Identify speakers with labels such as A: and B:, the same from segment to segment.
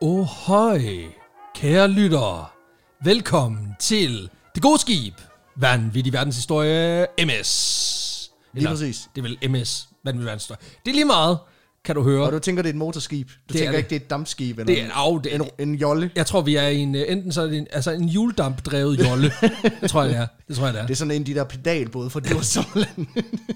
A: Ahoj, kære lyttere. Velkommen til Det Gode Skib, vanvittig verdenshistorie, MS.
B: Lige præcis.
A: Det er vel MS, vanvittig verdenshistorie. Det er lige meget, kan du høre.
B: Og du tænker, det er et motorskib. Du
A: er
B: det tænker
A: det.
B: ikke, det er et dampskib eller
A: Det er en au, det er en,
B: en, en, en jolle.
A: jeg tror, vi er i en, øh, enten så er det en, altså en juledampdrevet jolle. det tror jeg, det er. Det tror jeg, det er.
B: Det er sådan en af de der pedalbåde fra Djursland.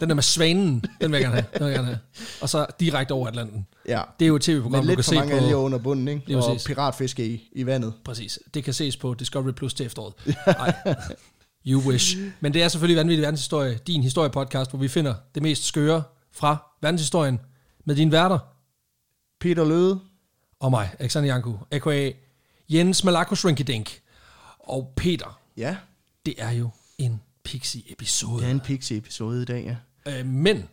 A: Den der med svanen, den vil jeg gerne have. Den vil jeg gerne have. Og så direkte over Atlanten.
B: ja.
A: Det er jo et
B: Men
A: tv-program, du
B: lidt
A: kan
B: for
A: se
B: mange
A: på.
B: alger under bunden, ikke?
A: Lige
B: og
A: præcis.
B: piratfiske i, i vandet.
A: Præcis. Det kan ses på Discovery Plus til efteråret. Nej. You wish. Men det er selvfølgelig Vanvittig Verdenshistorie, din historiepodcast, hvor vi finder det mest skøre fra verdenshistorien med dine værter
B: Peter Løde.
A: og mig, Alexander Janku, a.k.a. Jens Malakos Rinkidink. Og Peter,
B: Ja.
A: det er jo en pixie-episode.
B: Det er en pixie-episode i dag, ja.
A: Øh, men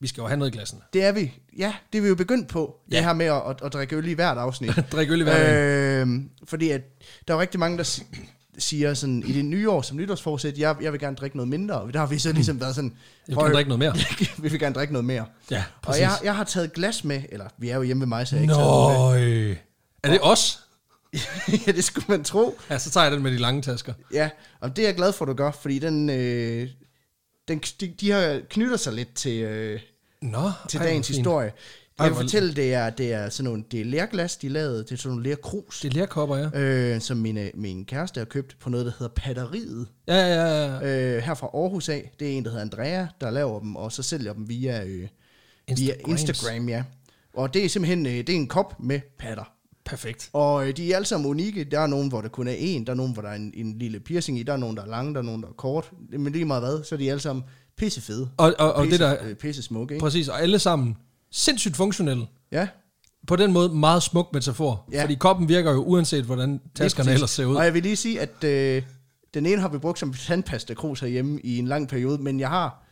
A: vi skal jo have noget i glassene.
B: Det er vi. Ja, det er vi jo begyndt på. Ja.
A: Ja.
B: Det her med at, at, at drikke øl i hvert afsnit.
A: Drik øl i hverdagen. Øh,
B: øhm, fordi at, der er jo rigtig mange, der si- siger sådan, i det nye år som nytårsforsæt, jeg, jeg vil gerne drikke noget mindre. Og der har vi så ligesom været sådan,
A: du
B: prøv-
A: kan drikke noget mere.
B: vi vil gerne drikke noget mere.
A: Ja,
B: Og
A: præcis.
B: jeg, jeg har taget glas med, eller vi er jo hjemme ved mig, så jeg har ikke taget
A: Nøj. Er det os?
B: med. ja, det skulle man tro.
A: Ja, så tager jeg den med de lange tasker.
B: Ja, og det er jeg glad for, du gør, fordi den, øh, den, de, de har knytter sig lidt til, øh,
A: Nå,
B: til
A: ej,
B: Ej,
A: hvor
B: dagens
A: fint.
B: historie.
A: Ej,
B: Jeg kan
A: hvor-
B: fortælle, det er, det er sådan nogle, det er lærglas, de er lavet, det er sådan nogle lærkrus,
A: Det er lærkopper, ja.
B: øh, som mine, min kæreste har købt på noget, der hedder Patteriet,
A: Ja, ja, ja. ja.
B: øh, her fra Aarhus af. Det er en, der hedder Andrea, der laver dem, og så sælger dem via, øh, via
A: Instagrams.
B: Instagram, ja. Og det er simpelthen, øh, det er en kop med patter.
A: Perfekt.
B: Og øh, de er alle sammen unikke. Der er nogen, hvor der kun er én. Der er nogen, hvor der er en, en lille piercing i. Der er nogen, der er lange. Der er nogen, der er kort. Men lige meget hvad, så er de alle sammen pissefede.
A: Og, og, og
B: pisse,
A: det der,
B: Øh, pisse smukke, ikke?
A: præcis, og alle sammen sindssygt funktionelle.
B: Ja.
A: På den måde meget smuk metafor. Ja.
B: Ja.
A: Fordi koppen virker jo uanset, hvordan taskerne
B: Lige
A: ellers
B: præcis.
A: ser ud.
B: Og jeg vil lige sige, at øh, den ene har vi brugt som tandpastakrus herhjemme i en lang periode. Men jeg har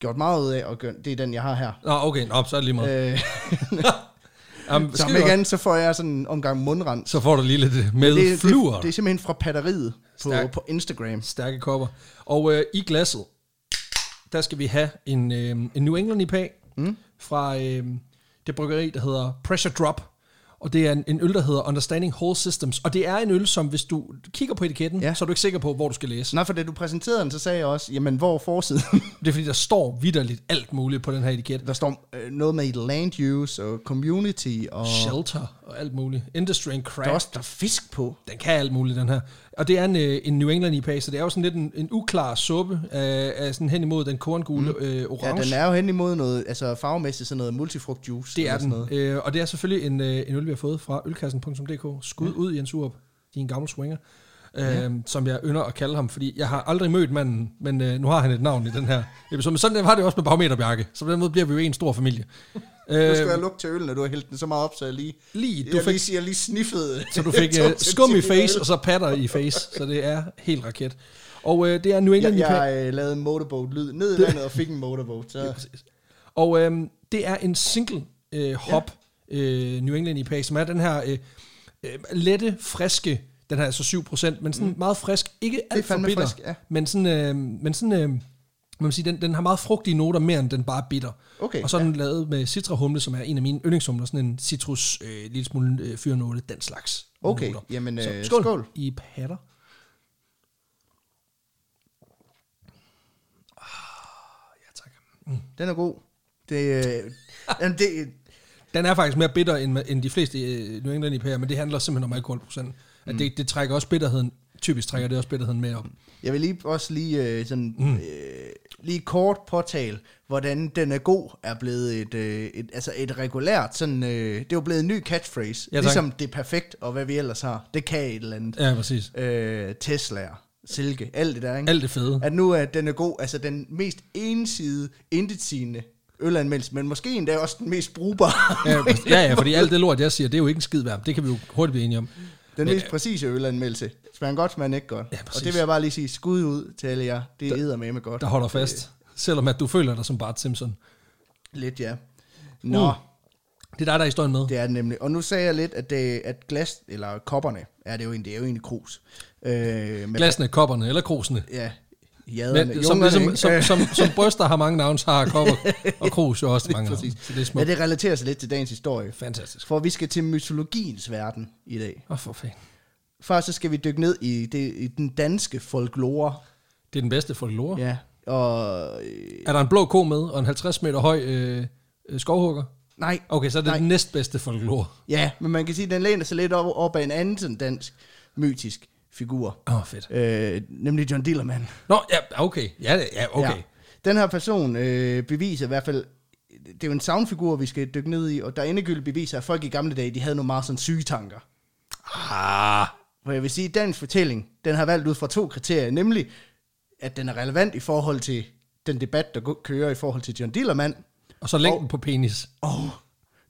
B: gjort meget ud af, og gøre, det er den, jeg har her.
A: Nå, okay, nå, så er det lige meget.
B: Øh,
A: Jamen,
B: så
A: skide
B: om ikke
A: godt.
B: andet, så får jeg sådan en omgang mundrens.
A: så får du lige lidt øh, med
B: Det,
A: fluer.
B: det, det er simpelthen fra patteriet på,
A: Stærkt.
B: på Instagram.
A: Stærke kopper. Og øh, i glasset, der skal vi have en, øh, en New England IPA mm. fra øh, det bryggeri, der hedder Pressure Drop. Og det er en, en øl, der hedder Understanding Whole Systems. Og det er en øl, som hvis du kigger på etiketten, ja.
B: Ja.
A: så er du ikke sikker på, hvor du skal læse.
B: Nej, for da du præsenterede den, så sagde jeg også, jamen hvor er forsiden?
A: Det er fordi, der står vidderligt alt muligt på den her etiket.
B: Der står øh, noget med land use og community, og
A: Shelter og alt muligt. Industry and
B: der er
A: craft.
B: også der er fisk på.
A: Den kan alt muligt, den her. Og det er en, øh, en New England IPA, så det er jo sådan lidt en, en uklar suppe af, af sådan hen imod den korngule mm. øh,
B: Ja,
A: orange.
B: den er jo hen imod noget, altså farvemæssigt sådan noget multifrugtjuice.
A: det er
B: eller sådan
A: den. Øh, og det er selvfølgelig en, øh, en øl, vi har fået fra ølkassen.dk. Skud ja. ud, Jens Urup. Din gamle swinger. Øh, Som jeg ynder at kalde ham, fordi jeg har aldrig mødt manden, men øh, nu har han et navn i den her episode. Men sådan var det jo også med Barometerbjarke, så på den måde bliver vi jo en stor familie.
B: Nu
A: Øh,
B: skal jeg lukke til øl, når du har hældt den så meget op, så jeg lige,
A: Lige, du
B: jeg
A: fik-
B: lige, siger, jeg lige sniffede.
A: Så du fik øh, skum i face, og så patter i face. Så det er helt raket. Og øh, det er New England
B: Jeg,
A: IPA.
B: jeg øh, lavede en motorboat-lyd ned i vandet og fik en motorboat. Så.
A: Og øh, det er en single øh, hop øh, New England IPA, som er den her øh, øh, lette, friske, den her er så 7%, men sådan mm. meget frisk, ikke alt for
B: fandme
A: bitter,
B: frisk, ja.
A: men sådan, øh, men sådan øh, man sige, den, den har meget frugtige noter, mere end den bare er bitter.
B: Okay,
A: og så er den lavet med citrahumle, som er en af mine yndlingshumler, sådan en citrus, øh, lille smule øh, fyrnåle, den slags.
B: Okay,
A: noter.
B: jamen,
A: så,
B: øh,
A: skål,
B: skål.
A: i patter. Ah, ja, tak.
B: Den er god. Det, øh, jamen, det,
A: Den er faktisk mere bitter end, end de fleste øh, New England IPA'er, men det handler simpelthen om alkoholprocenten. At
B: Mm.
A: det, det trækker også bitterheden, typisk trækker det også bitterheden med op.
B: Jeg vil lige også lige, øh, sådan, mm. øh, lige kort påtale, hvordan den er god er blevet et, øh, et, altså et regulært, sådan, øh, det er jo blevet en ny catchphrase,
A: Ja,
B: ja,
A: tak.
B: ligesom det er perfekt, og hvad vi ellers har, det kan et eller andet.
A: Ja, præcis.
B: Ja. Øh, Teslaer, silke, alt det der, ikke?
A: Alt det fede.
B: At nu er den er god, altså den mest ensidige, intetsigende ølanmeldelse, men måske endda også den mest brugbare.
A: Ja, præcis. ja, ja, fordi alt det lort, jeg siger, det er jo ikke en skid værd. Det kan vi jo hurtigt blive enige om.
B: Den mest præcise ølanmeldelse. Smager den godt, smager den ikke godt.
A: Ja, præcis.
B: og det vil jeg bare lige sige, skud ud til alle jer. Det er med godt.
A: Der holder fast. Selvom at du føler dig som Bart Simpson.
B: Lidt, ja. Nå,
A: Mm. Det er dig, der er historien med.
B: det er det nemlig. Og nu sagde jeg lidt, at, det, at glas, eller kopperne, er det jo egentlig, det er jo egentlig krus. Øh, med,
A: Glasene, kopperne eller krusene.
B: Ja, jaderne,
A: Men, som, ligesom, som, som, som, bryster har mange navne, så har Kop og, og Krus jo også mange navne. Så det er
B: Ja,
A: smukt.
B: det relaterer sig lidt til dagens historie.
A: Fantastisk.
B: For vi skal til mytologiens verden i dag.
A: Åh, oh, for fanden.
B: Først så skal vi dykke ned i, det, i den danske folklore.
A: Det er den bedste folklore. Ja.
B: Ja, og... øh,
A: Er der en blå ko med, og en 50 meter høj øh, øh, skovhugger?
B: Nej,
A: Okay, så er det
B: Nej.
A: den næstbedste folklore.
B: ja, men man kan sige, at den læner sig lidt op, op af en anden sådan dansk mytisk figur.
A: Åh, oh, fedt.
B: Øh, nemlig John Dillermand.
A: Nå, ja, okay. Ja, det- ja okay. Ja.
B: Den her person øh, beviser i hvert fald, det er jo en soundfigur, vi skal dykke ned i, og der er endegyldigt beviser, at folk i gamle dage, de havde nogle meget sådan syge tanker.
A: Ah,
B: For jeg vil sige, at dansk fortælling, den har valgt ud fra to kriterier, nemlig at den er relevant i forhold til den debat, der gå- kører i forhold til John Dillermand,
A: og så længden på penis.
B: og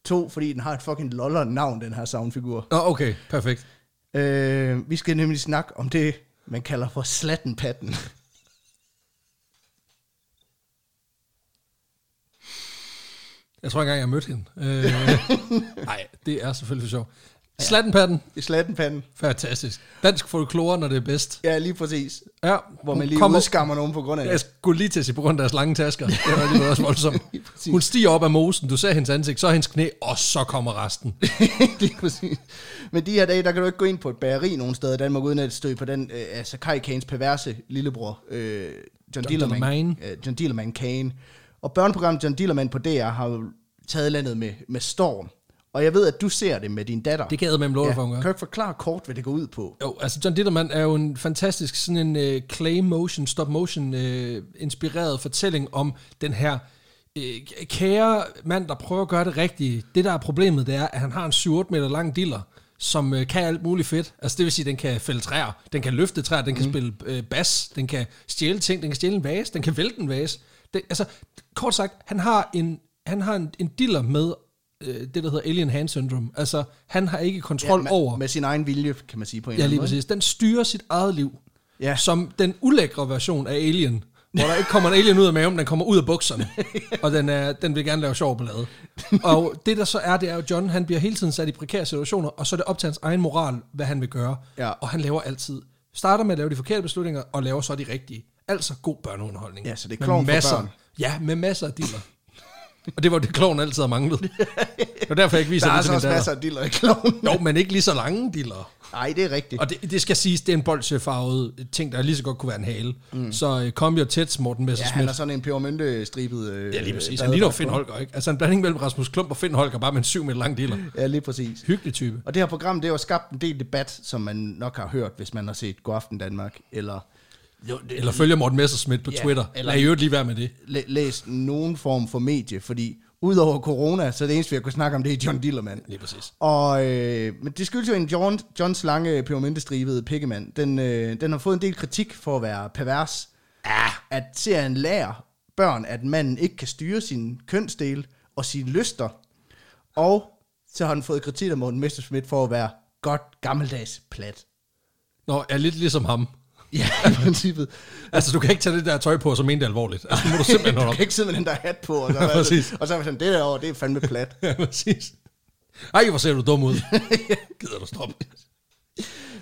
B: to, fordi den har et fucking loller navn, den her soundfigur.
A: Nå, okay, perfekt.
B: Øh, vi skal nemlig snakke om det, man kalder for slattenpatten.
A: Jeg tror ikke engang, jeg mødte hende. Øh, Nej, det er selvfølgelig for sjov. Slattenpatten,
B: Slattenpatten,
A: fantastisk. Dansk folklore, når det er bedst.
B: ja lige præcis.
A: Ja,
B: Hvor man
A: hun
B: lige
A: kommer-
B: Kommer. udskammer nogen på grund af
A: Jeg
B: det.
A: skulle lige til at sige, på grund af deres lange tasker. Det var alligevel også voldsomt.
B: præcis.
A: Hun stiger op af mosen, du ser hendes ansigt, så hendes knæ, og så kommer resten.
B: lige præcis. Men de her dage, der kan du ikke gå ind på et bageri nogen steder i Danmark, uden at støde på den, øh, altså Kai Kanes perverse lillebror, øh, John, Dillerman,
A: Dillermand.
B: øh, John Dillerman Kane. Og børneprogrammet John Dillerman på DR har jo taget landet med, med storm. Og jeg ved, at du ser det med din datter.
A: Det gav med lort ja, for, hun
B: Kan
A: gør.
B: du ikke forklare kort, hvad det går ud på?
A: Jo, altså John Ditterman er jo en fantastisk sådan en øh, clay motion, stop motion øh, inspireret fortælling om den her øh, kære mand, der prøver at gøre det rigtige. Det der er problemet, det er, at han har en 7-8 meter lang diller, som øh, kan alt muligt fedt. Altså det vil sige, den kan fælde træer, den kan løfte træer, den kan spille øh, bas, den kan stjæle ting, den kan stjæle en vase, den kan vælte en vase. Det, altså kort sagt, han har en, han har en, en diller med øh, det, der hedder alien hand syndrome. Altså han har ikke kontrol
B: med,
A: over.
B: Med sin egen vilje, kan man sige på en
A: Ja,
B: eller
A: lige
B: anden
A: præcis. Den styrer sit eget liv.
B: Ja.
A: Som den ulækre version af Alien. Hvor der ikke kommer en alien ud af maven, den kommer ud af bukserne. Og den, er, den vil gerne lave sjov ballade. Og det der så er, det er jo, at John han bliver hele tiden sat i prekære situationer, og så er det op til hans egen moral, hvad han vil gøre.
B: Ja.
A: Og han laver altid. Starter med at lave de forkerte beslutninger, og laver så de rigtige. Altså god børneunderholdning.
B: Ja, så det er
A: Med
B: klovn for
A: masser,
B: børn.
A: Ja, med masser af dealer. og det var det, kloven altid har manglet. Det var derfor, jeg ikke
B: måde.
A: viser
B: Der er
A: det til
B: altså
A: min
B: også
A: datter.
B: masser af diller i kloven.
A: Jo, men ikke lige så lange dealer.
B: Nej, det er rigtigt.
A: Og det, det skal siges, det er en bolsjefarvet ting, der lige så godt kunne være en hale. Mm. Så øh, kom jo tæt, Morten
B: Ja,
A: Messerschmidt.
B: han er sådan en pebermynte-stribet... Øh,
A: Ja, lige præcis. Han ligner jo Finn Holger, ikke? Altså en blanding mellem Rasmus Klump og Finn Holger, bare med en syv meter lang dealer.
B: Ja, lige præcis.
A: Hyggelig type.
B: Og det her program, det har jo skabt en del debat, som man nok har hørt, hvis man har set Godaften Danmark, eller
A: Jo, det, eller følger Morten Messerschmidt på
B: Ja,
A: ja, Twitter.
B: eller-
A: Eller... Lad i øvrigt lige være med det.
B: læ- læst nogen form for medie, fordi udover corona, så er det eneste, vi har kunnet snakke om, det er John Dillermand.
A: Lige præcis.
B: Og, øh, men det skyldes jo en John, Johns lange pebermyntestribede pikkemand. Den, øh, den har fået en del kritik for at være pervers. Ah. At serien lærer børn, at manden ikke kan styre sin kønsdel og sine lyster. Og så har den fået kritik af Morten Messerschmidt for at være godt gammeldags plat.
A: Nå, er lidt ligesom ham.
B: Ja, i princippet.
A: Altså, du kan ikke tage det der tøj på, og så mene det alvorligt. Altså, nu må du simpelthen holde
B: Du
A: op.
B: kan ikke sidde med den der hat på, og så, er det-
A: Præcis.
B: og så er vi sådan, det derovre, det er fandme plat.
A: Ja, præcis. Ej, hvor ser du dum ud. Gider du stoppe?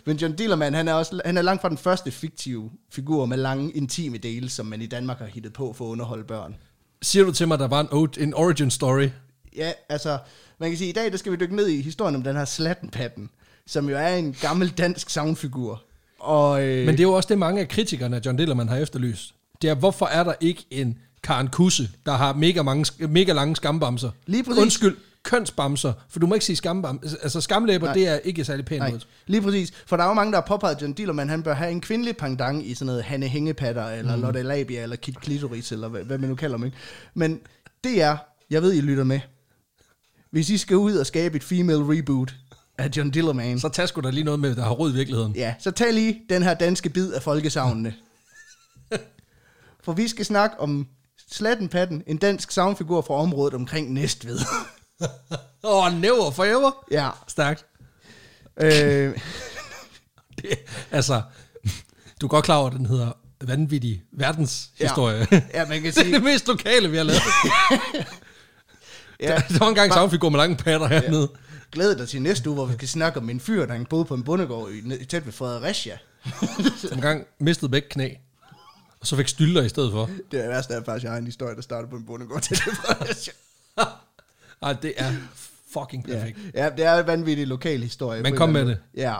B: Men John Dillermand, han er, også, han er langt fra den første fiktive figur med lange, intime dele, som man i Danmark har hittet på for at underholde børn.
A: Siger du til mig, der var en, ode- en origin story?
B: Ja, altså, man kan sige, i dag der skal vi dykke ned i historien om den her slattenpatten, som jo er en gammel dansk soundfigur. Og, øh,
A: Men det er jo også det, mange af kritikerne af John Dillermand har efterlyst. Det er, hvorfor er der ikke en Karen Kusse, der har mega, mange, mega lange skambamser?
B: Lige præcis.
A: Undskyld, kønsbamser, for du må ikke sige skambamser. Altså skamlæber, det er ikke særlig pænt
B: Nej,
A: ud.
B: lige præcis. For der er jo mange, der har påpeget, at John Dillermand, han bør have en kvindelig pendant i sådan noget Hanne Hængepatter, eller mm. Lotte Labia, eller Kit Klitoris, eller hvad, hvad man nu kalder dem, ikke? Men det er, jeg ved, I lytter med. Hvis I skal ud og skabe et female reboot af John Dillermand,
A: Så tag sgu da lige noget med, der har rod i virkeligheden.
B: Ja, så tag lige den her danske bid af folkesavnene. For vi skal snakke om Slattenpatten, en dansk savnfigur fra området omkring Næstved.
A: Åh, oh, never forever.
B: ja.
A: Stærkt.
B: Øh,
A: Det, altså, du er godt klar over, at den hedder vanvittig verdenshistorie. Ja.
B: ja, man kan
A: Det er
B: sige...
A: det mest lokale, vi har lavet.
B: Ja,
A: Der var engang en soundfigur med lange patter hernede.
B: glæd dig til næste uge, hvor vi skal snakke om en fyr, der boede på en bondegård i, tæt ved Fredericia.
A: Som engang mistede begge knæ. Og så fik stylter i stedet for.
B: Det er værst, at jeg faktisk har en historie, der starter på en bund og går til det.
A: Ej, Ah, det er fucking
B: ja.
A: perfekt. Yeah.
B: ja, det er en vanvittig lokal historie.
A: Men
B: på en
A: kom
B: eller
A: med
B: anden måde. Ja.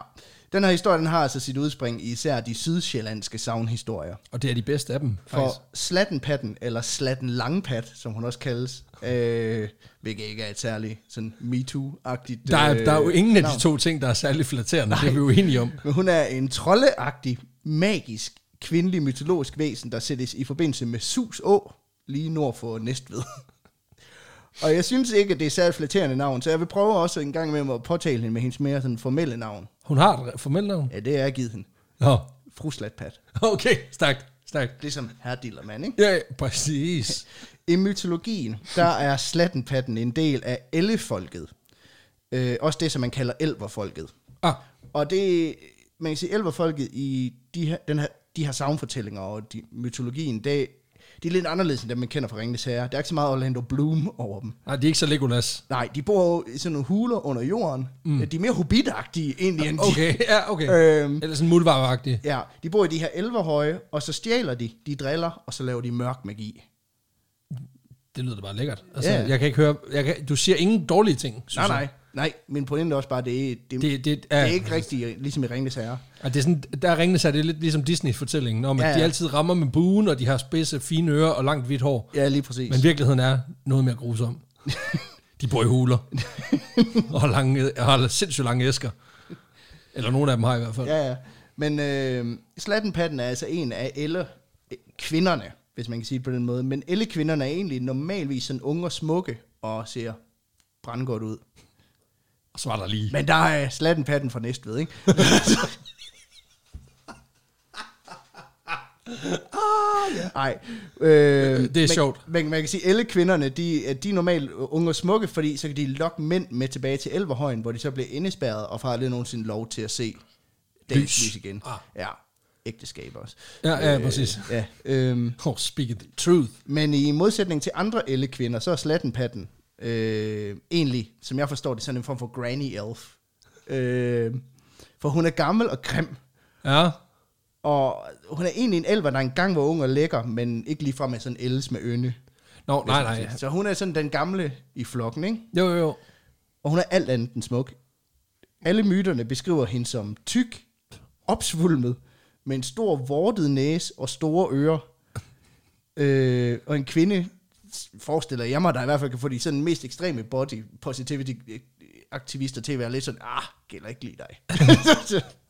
B: Den her historie, den har altså sit udspring i især de sydsjællandske savnhistorier.
A: Og det er de bedste af dem, faktisk.
B: For Slattenpatten, eller Slatten Langpat, som hun også kaldes, øh, hvilket ikke er et særligt sådan MeToo-agtigt
A: Der er,
B: øh,
A: der er jo ingen af de
B: navn.
A: to ting, der er særlig flatterende. Nej. Det er vi jo enige om.
B: Men hun er en troldeagtig, magisk, kvindelig mytologisk væsen, der sættes i forbindelse med Sus Å, lige nord for Næstved. Og jeg synes ikke, at det er særligt flatterende navn, så jeg vil prøve også en gang imellem at påtale hende med hendes mere sådan formelle navn.
A: Hun har et re- formelt navn.
B: Ja, det er jeg givet hende.
A: Nå,
B: Fru Slatpat.
A: okay. Stærkt, stærkt.
B: Ligesom herr Dillermand, ikke?
A: Ja, ja, præcis.
B: I mytologien, der er slattenpatten en del af ellefolket. Øh, også det, som man kalder elverfolket.
A: Ah,
B: Og det, man kan sige, elverfolket i de her, den her, de her savnfortællinger og de, mytologien, det, de er lidt anderledes end dem, man kender fra Ringenes Herre. Der er ikke så meget Orlando Bloom over dem.
A: nej, det er ikke så Legolas.
B: Nej, de bor jo i sådan nogle huler under jorden. Mm. De er mere hobbitagtige egentlig end de.
A: Okay, ja, okay.
B: Øhm.
A: Eller sådan muldvarvagtig.
B: Ja, de bor i de her elverhøje, og så stjæler de, de driller, og så laver de mørk magi.
A: Det lyder da bare lækkert. Altså,
B: Ja.
A: jeg kan ikke høre... Jeg kan, du siger ingen dårlige ting,
B: Nej,
A: synes
B: nej,
A: jeg.
B: nej. Min pointe er også bare, det, det,
A: Det, det,
B: Det er ikke rigtigt, ligesom i Ringens Herre.
A: Og det er sådan, der ringende sig, det er lidt ligesom Disney-fortællingen, om at
B: Ja, ja.
A: de altid rammer med buen, og de har spidse, fine ører og langt hvidt hår.
B: Ja, lige præcis.
A: Men virkeligheden er noget mere grusom. De bor i huler. og har, lange, har sindssygt lange æsker. Eller nogle af dem har i hvert fald. Ja.
B: Ja, ja. Men øh, Slattenpatten er altså en af elle øh, kvinderne, hvis man kan sige det på den måde. Men elle kvinderne er egentlig normalvis sådan unge og smukke og ser brandgodt ud.
A: Og så var der lige.
B: Men der er Slattenpatten fra Næstved, ikke? Nej. Øh, det
A: er
B: man,
A: sjovt.
B: Man, man kan sige, at alle kvinderne, de, at de er normalt unge og smukke, fordi så kan de lokke mænd med tilbage til Elverhøjen, hvor de så bliver indespærret og får aldrig nogensinde lov til at se dagens
A: Lys.
B: lys igen.
A: Ah.
B: Ja, ægteskab også. Øh,
A: Ja, ja, præcis.
B: Ja, øhm,
A: Oh, speak the truth.
B: men i modsætning til andre elle-kvinder, så er Slattenpatten øh, egentlig, som jeg forstår det, sådan en form for granny elf. Øh, for hun er gammel og grim,
A: Ja.
B: og hun er egentlig en elver, der engang var ung og lækker, men ikke ligefrem er sådan ældes med ynde.
A: Nå, nej, nej.
B: Så hun er sådan den gamle i flokken, ikke?
A: Jo, jo, jo.
B: Og hun er alt andet end smuk. Alle myterne beskriver hende som tyk, opsvulmet, med en stor vortet næse og store ører. Øh, og en kvinde, forestiller jeg mig, der i hvert fald kan få de sådan mest ekstreme body positivity eh, aktivister til at være lidt sådan, ah, gælder ikke lige dig.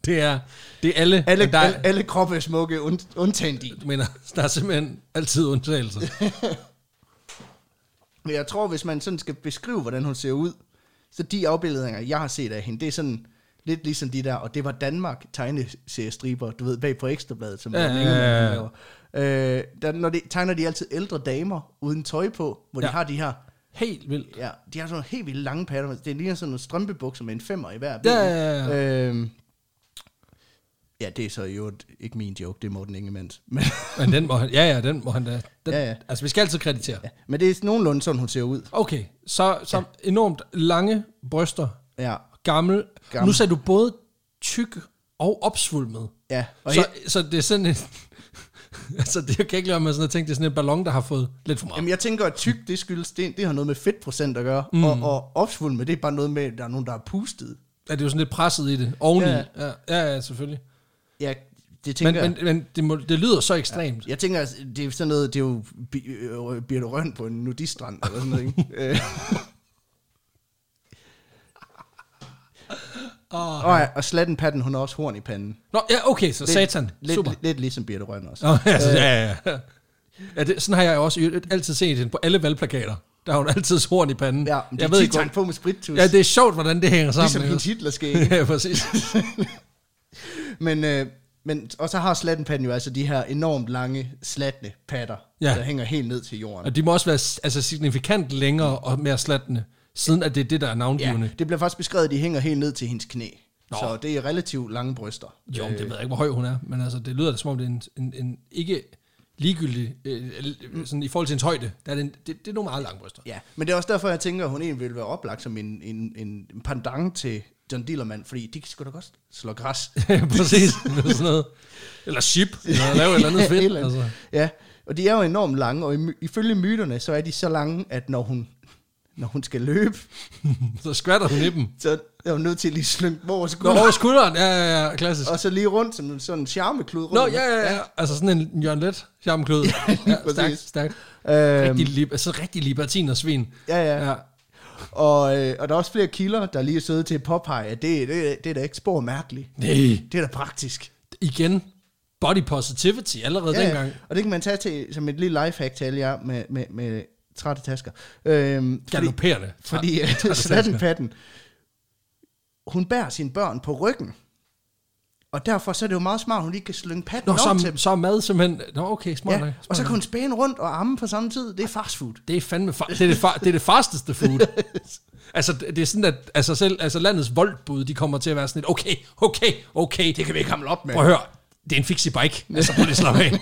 A: Det er, det er alle,
B: alle,
A: men der,
B: alle, alle kroppe er smukke, und, undtagen din.
A: du mener, der er simpelthen altid undtagelser.
B: Men jeg tror, hvis man sådan skal beskrive, hvordan hun ser ud, så de afbildninger, jeg har set af hende, det er sådan lidt ligesom de der, og det var Danmark tegneseriestriber, du ved, bag på Ekstrabladet, som
A: Ja,
B: Morten
A: ja,
B: Ingemann,
A: ja, ja.
B: han laver. Øh, der, når de, tegner de altid ældre damer uden tøj på, hvor ja.
A: Ja.
B: de har de her,
A: Helt vildt.
B: ja, de har sådan nogle helt vildt lange patter. Det ligner sådan nogle strømpebukser med en femmer i hver
A: Ja, ja,
B: Øh, ja, det er så jo ikke min joke, det er Morten Ingemanns. Men,
A: Men den må han, ja, ja, den må han da. Den,
B: Ja, ja.
A: Altså, vi skal altid kreditere.
B: ja, men det er nogenlunde sådan, hun ser ud.
A: Okay, så, så ja. enormt lange bryster,
B: Ja,
A: gammel. gammel.
B: Gammel.
A: Nu sagde du både tyk og opsvulmet.
B: ja. Og
A: Så, så det er sådan en... altså, det jeg kan ikke lade være med sådan at tænke, det er sådan en ballon, der har fået lidt for meget.
B: Jamen, jeg tænker, at tyk, det skyldes, det, det har noget med fedtprocent at gøre, mm. og, og opsvulmet, med det er bare noget med, at der er nogen, der har pustet.
A: Ja, det er jo sådan lidt presset i det, oveni. Ja,
B: Ja.
A: ja, ja, ja selvfølgelig.
B: Ja, det
A: Men,
B: tænker men, men,
A: men, men det, må, det lyder så ekstremt.
B: jeg. Jeg tænker, at det er sådan noget, det er jo bi- øh, Birte Røn på en nudistrand, eller sådan noget, ikke? Øh.
A: Åh.
B: Og, ja, og slatten patten, hun har også horn i panden.
A: Nå, ja, okay, så satan.
B: Lidt,
A: Super.
B: lidt, Øh. lidt ligesom Birte Røn også.
A: Nå, altså, ja, ja, ja. det, sådan har jeg også i øvrigt altid set hende på alle valgplakater. Der har hun altid horn i panden.
B: Ja, men det
A: jeg
B: er
A: ved ikke,
B: tit på med sprittus,
A: hvor- Ja, det er sjovt, hvordan det hænger sammen.
B: ligesom
A: ikke
B: hendes
A: også?
B: Hitler skæg.
A: ja, præcis.
B: Men, øh, men, og så har slattenpatten jo altså de her enormt lange, slatne patter,
A: Ja.
B: ja. der hænger helt ned til jorden.
A: Og de må også være s- altså, signifikant længere og mere slattende, siden at det er det, der er navngivende.
B: det bliver faktisk beskrevet, at de hænger helt ned til hendes knæ.
A: Nå.
B: Nå. Så det er relativt lange bryster.
A: Jo, men det ved jeg ikke, hvor høj hun er, men altså, det lyder da som om, det er en, en, en ikke ligegyldig, øh,
B: Mm.
A: øh, sådan i forhold til hendes højde, der er det, en, det, det er nogle meget lange bryster.
B: Ja, men det er også derfor, jeg tænker, at hun egentlig vil være oplagt som en, en, en pandang til John Dillermand, fordi de kan sgu da godt slå græs.
A: Præcis. Eller sådan noget. Eller chip. Eller lave et eller andet
B: Ja, et
A: fedt.
B: eller andet.
A: Altså.
B: Ja, og de er jo enormt lange, og im- ifølge myterne, så er de så lange, at når hun, når hun skal løbe,
A: Altså, Så skvatter hun i dem.
B: så er hun nødt til at lige slynge dem over
A: Nå,
B: skulderen,
A: over skulderen. Ja, ja, ja. Klassisk.
B: og så lige rundt som sådan en charmeklud rundt.
A: Nå, ja, ja, ja. Altså sådan en Jørgen Let charmklød. Ja, ja, stærkt,
B: præcis.
A: stærkt.
B: Øhm,
A: Rigtig, li- altså, rigtig libertin og svin.
B: ja, ja.
A: Ja.
B: Og, øh, og der er også flere kilder, der lige er søde til at påpege, at det, det, det er da ikke spor mærkeligt.
A: Nej.
B: Det er da praktisk.
A: Igen, body positivity allerede ja, dengang.
B: og det kan man tage til, som et lille lifehack til alle jer med, med, med trætte tasker. Øhm, fordi
A: Galopperende.
B: fordi øh,
A: tasker.
B: ja, slattenpatten, hun bærer sine børn på ryggen. Og derfor så er det jo meget smart, at hun lige kan slynge patten
A: Nå,
B: op til
A: som,
B: dem.
A: så er mad simpelthen... Nå, okay, smart
B: Ja,
A: ja,
B: og så kan hun spæne rundt og amme på samme tid. Det er fast food.
A: Det er fandme far, det, er det, far, det er det fasteste food. altså, det det er sådan, at altså selv, altså landets voldbud, de kommer til at være sådan et, okay, okay, okay, det kan vi ikke hamle op med. Prøv at høre, det er en fixie bike. Altså, prøv lige at slappe af.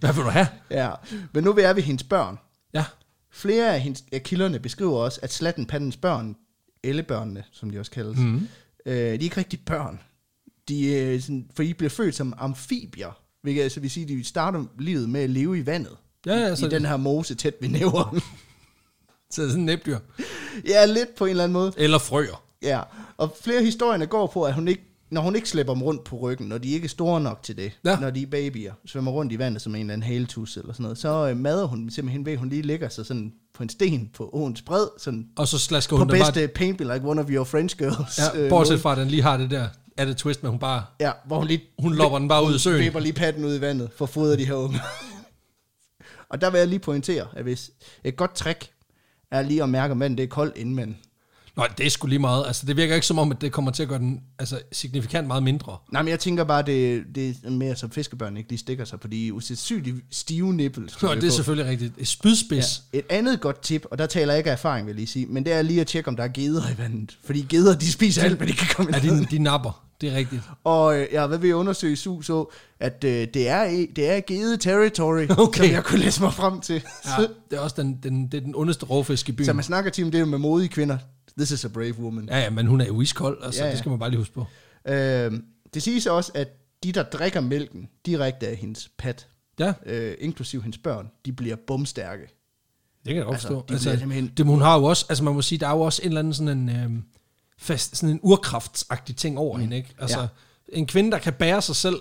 A: Hvad vil du have?
B: Ja. Men nu er vi hendes børn.
A: Ja.
B: Flere af, hendes, af kilderne beskriver også, at slattenpattens børn, ellebørnene, som de også kaldes,
A: Mhm.
B: mm. øh, de er ikke rigtig børn. De, øh, sådan, for I bliver født som amfibier, hvilket altså vil sige, at de starter livet med at leve i vandet.
A: Ja, ja,
B: I
A: så-
B: den her mose tæt ved næveren.
A: Så er det sådan en næbdyr.
B: ja, lidt på en eller anden måde.
A: Eller frøer.
B: Ja, og flere af historierne går på, at hun ikke, når hun ikke slæber dem rundt på ryggen, når de ikke er store nok til det,
A: Ja.
B: ja. når de er babyer, svømmer rundt i vandet som en eller anden haletus eller sådan noget, så øh, mader hun dem simpelthen ved, at hun lige ligger sig sådan på en sten på åens bred, sådan
A: Og så slasker
B: på
A: hun dem
B: bedste
A: bare...
B: paint me like one of your French girls.
A: Ja,
B: øh,
A: bortset
B: måde.
A: fra, at den lige har det der, er det twist, men hun bare...
B: Ja, hvor hun lige
A: Hun lopper den bare ud i søen.
B: vipper lige patten ud i vandet for at fodre de her unge. og der vil jeg lige pointere, at hvis et godt trick er lige at mærke, om vandet det er koldt inden man...
A: Nå, det er sgu lige meget. Altså, det virker ikke som om, at det kommer til at gøre den altså, signifikant meget mindre.
B: Nej, men jeg tænker bare, det, det er mere som fiskebørn ikke lige stikker sig på de usandsynligt stive nippel.
A: Nå, det er selvfølgelig rigtigt. Et spydspids.
B: Et andet godt tip, og der taler jeg ikke af erfaring, vil jeg lige sige, men det er lige at tjekke, om der er geder i vandet. Fordi geder, de spiser alt, hvad de kan komme i
A: Ja. Er
B: nærheden
A: de, de napper. Det er rigtigt.
B: Og øh, jeg hvad ved at undersøge i SU, så at øh, det er i- det er givet territory,
A: Okay.
B: okay. som jeg kunne læse mig frem til.
A: Ja,
B: Ja.
A: det er også den, den, det er den ondeste råfisk i byen.
B: så man snakker til om det med modige kvinder. This is a brave woman.
A: Ja, ja, men hun er jo iskold, altså, ja,
B: Ja,
A: ja.
B: ja.
A: det skal man bare lige huske på.
B: Ja. Øh, det siges også, at de, der drikker mælken direkte af hendes pat,
A: Ja,
B: øh, inklusiv hendes børn, de bliver bumstærke.
A: det kan jeg godt
B: Altså,
A: forstå.
B: de
A: Altså,
B: bliver simpelthen-
A: det, men hun har jo også, altså man må sige, der er jo også en eller anden sådan en, øh, fast, sådan en urkraftsagtig ting over mm. hende, ikke? Altså, ja.
B: Ja.
A: en kvinde, der kan bære sig selv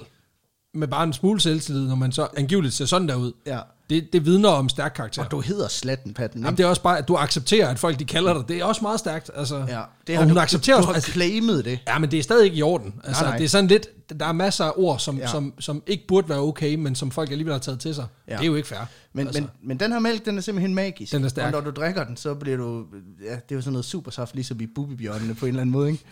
A: med bare en smule selvtillid, når man så angiveligt ser sådan der ud,
B: Ja.
A: det, det vidner om stærk karakter.
B: Og du hedder slatten, Patten.
A: Jamen, det er også bare, at du accepterer, at folk de kalder dig. Det er også meget stærkt. Altså.
B: ja,
A: det og hun
B: du,
A: accepterer
B: du,
A: også.
B: du har
A: Altså,
B: claimet det.
A: ja, men det er stadig ikke i orden. Altså,
B: Nej, nej.
A: Det er sådan lidt, der er masser af ord, som, ja.
B: Ja.
A: som, som ikke burde være okay, men som folk alligevel har taget til sig. Ja.
B: Ja.
A: Det er jo ikke fair.
B: Men,
A: altså,
B: altså. men, men den her mælk, den er simpelthen magisk.
A: Den er stærk.
B: Og når du drikker den, så bliver du... Ja, det er jo sådan noget supersaft, ligesom i bubibjørnene på en eller anden måde, ikke?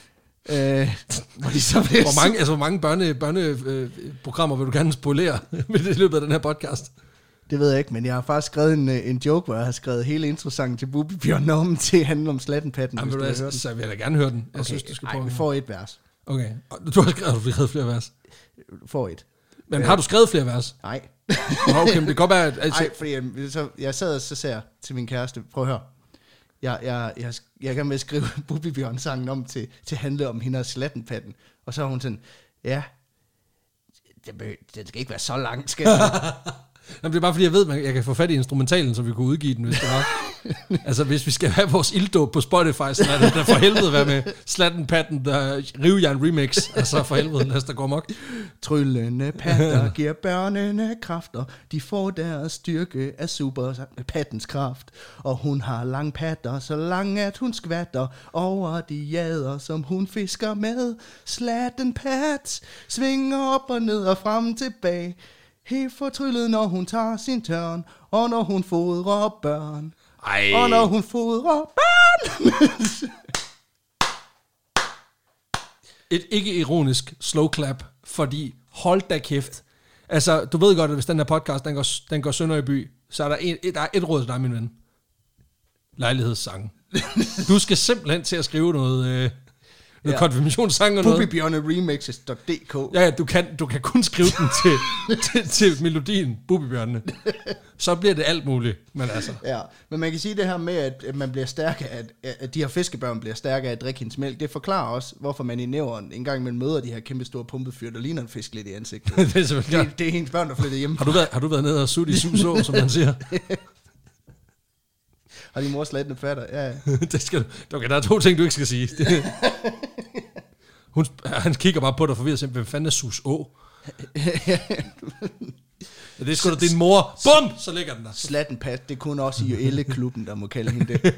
B: Øh, hvor de så bliver
A: Hvor mange, altså, hvor mange børne, børneprogrammer vil du gerne spolere i løbet af den her podcast?
B: Det ved jeg ikke, men jeg har faktisk skrevet en, øh, en joke, hvor jeg har skrevet hele introsangen til Bubibjørn om til at handle om slattenpatten.
A: Jamen,
B: hvis
A: vil du,
B: du vil
A: hvad,
B: høre den.
A: så vil jeg da gerne høre den. Jeg okay, synes, du skal
B: ej,
A: prøve
B: vi
A: den.
B: får et vers.
A: Okay. Og Du har skrevet, du havde flere vers.
B: Du Får et.
A: Men har du skrevet flere vers?
B: Nej.
A: Nå, okay, men det kan godt være, at... Altså,
B: Nej, fordi jeg, så, jeg sad og så sagde jeg til min kæreste, prøv at høre. Jeg, jeg, jeg, jeg kan med skrive Bubibjørn-sangen om til, til at handle om hende og slattenpatten. Og så er hun sådan, ja, det, behøver, det skal ikke være så langt, skal det?
A: Jamen, det er bare fordi, jeg ved, at jeg kan få fat i instrumentalen, så vi kunne udgive den, hvis det var. altså, hvis vi skal have vores ilddåb på Spotify, så lad det da for helvede være med Slatten Patten, der Rivejern Remix. Altså, for helvede, lad os da gå mok.
B: Tryllende patter giver børnene kræfter. De får deres styrke af superpattens kraft. Og hun har lang patter, så lang at hun skvatter over de jader, som hun fisker med. Slatten pat svinger op og ned og frem tilbage. Helt fortryllet, når hun tager sin tørn, og når hun fodrer børn.
A: Ej,
B: Og når hun fodrer børn!
A: et ikke-ironisk slow clap, fordi hold da kæft. Altså, du ved godt, at hvis den her podcast, den går, den går sønder i by, så er der, en, der er et råd til dig, min ven. Lejlighedssange. Du skal simpelthen til at skrive noget, øh, noget ja. konfirmationssang og noget.
B: Bubibjørneremixes.dk
A: Ja, ja, du kan, du kan kun skrive den til, til, til melodien, Bubibjørnene. Så bliver det alt muligt, men altså.
B: Ja, men man kan sige det her med, at at man bliver stærk af, at- at de her fiskebørn bliver stærke af at drikke hendes mælk. Det forklarer også, hvorfor man i nævren en gang imellem møder de her kæmpe store pumpede fyr, der ligner en fisk lidt i ansigtet.
A: det er selvfølgelig
B: det, det er hendes børn, der flyttede hjem.
A: Har du været, har du været nede og sutte i suså, som man siger?
B: Har din mor slættende fatter? Ja, ja.
A: det skal du. Okay, der er to ting, du ikke skal sige. Det- Hun, han kigger bare på dig forvirret simpelthen. Hvem fanden er suså? Ja, det er sgu da din mor. Bum! Så ligger den der.
B: Slatten pat, det er kun også i Elle-klubben, der må kalde hende det.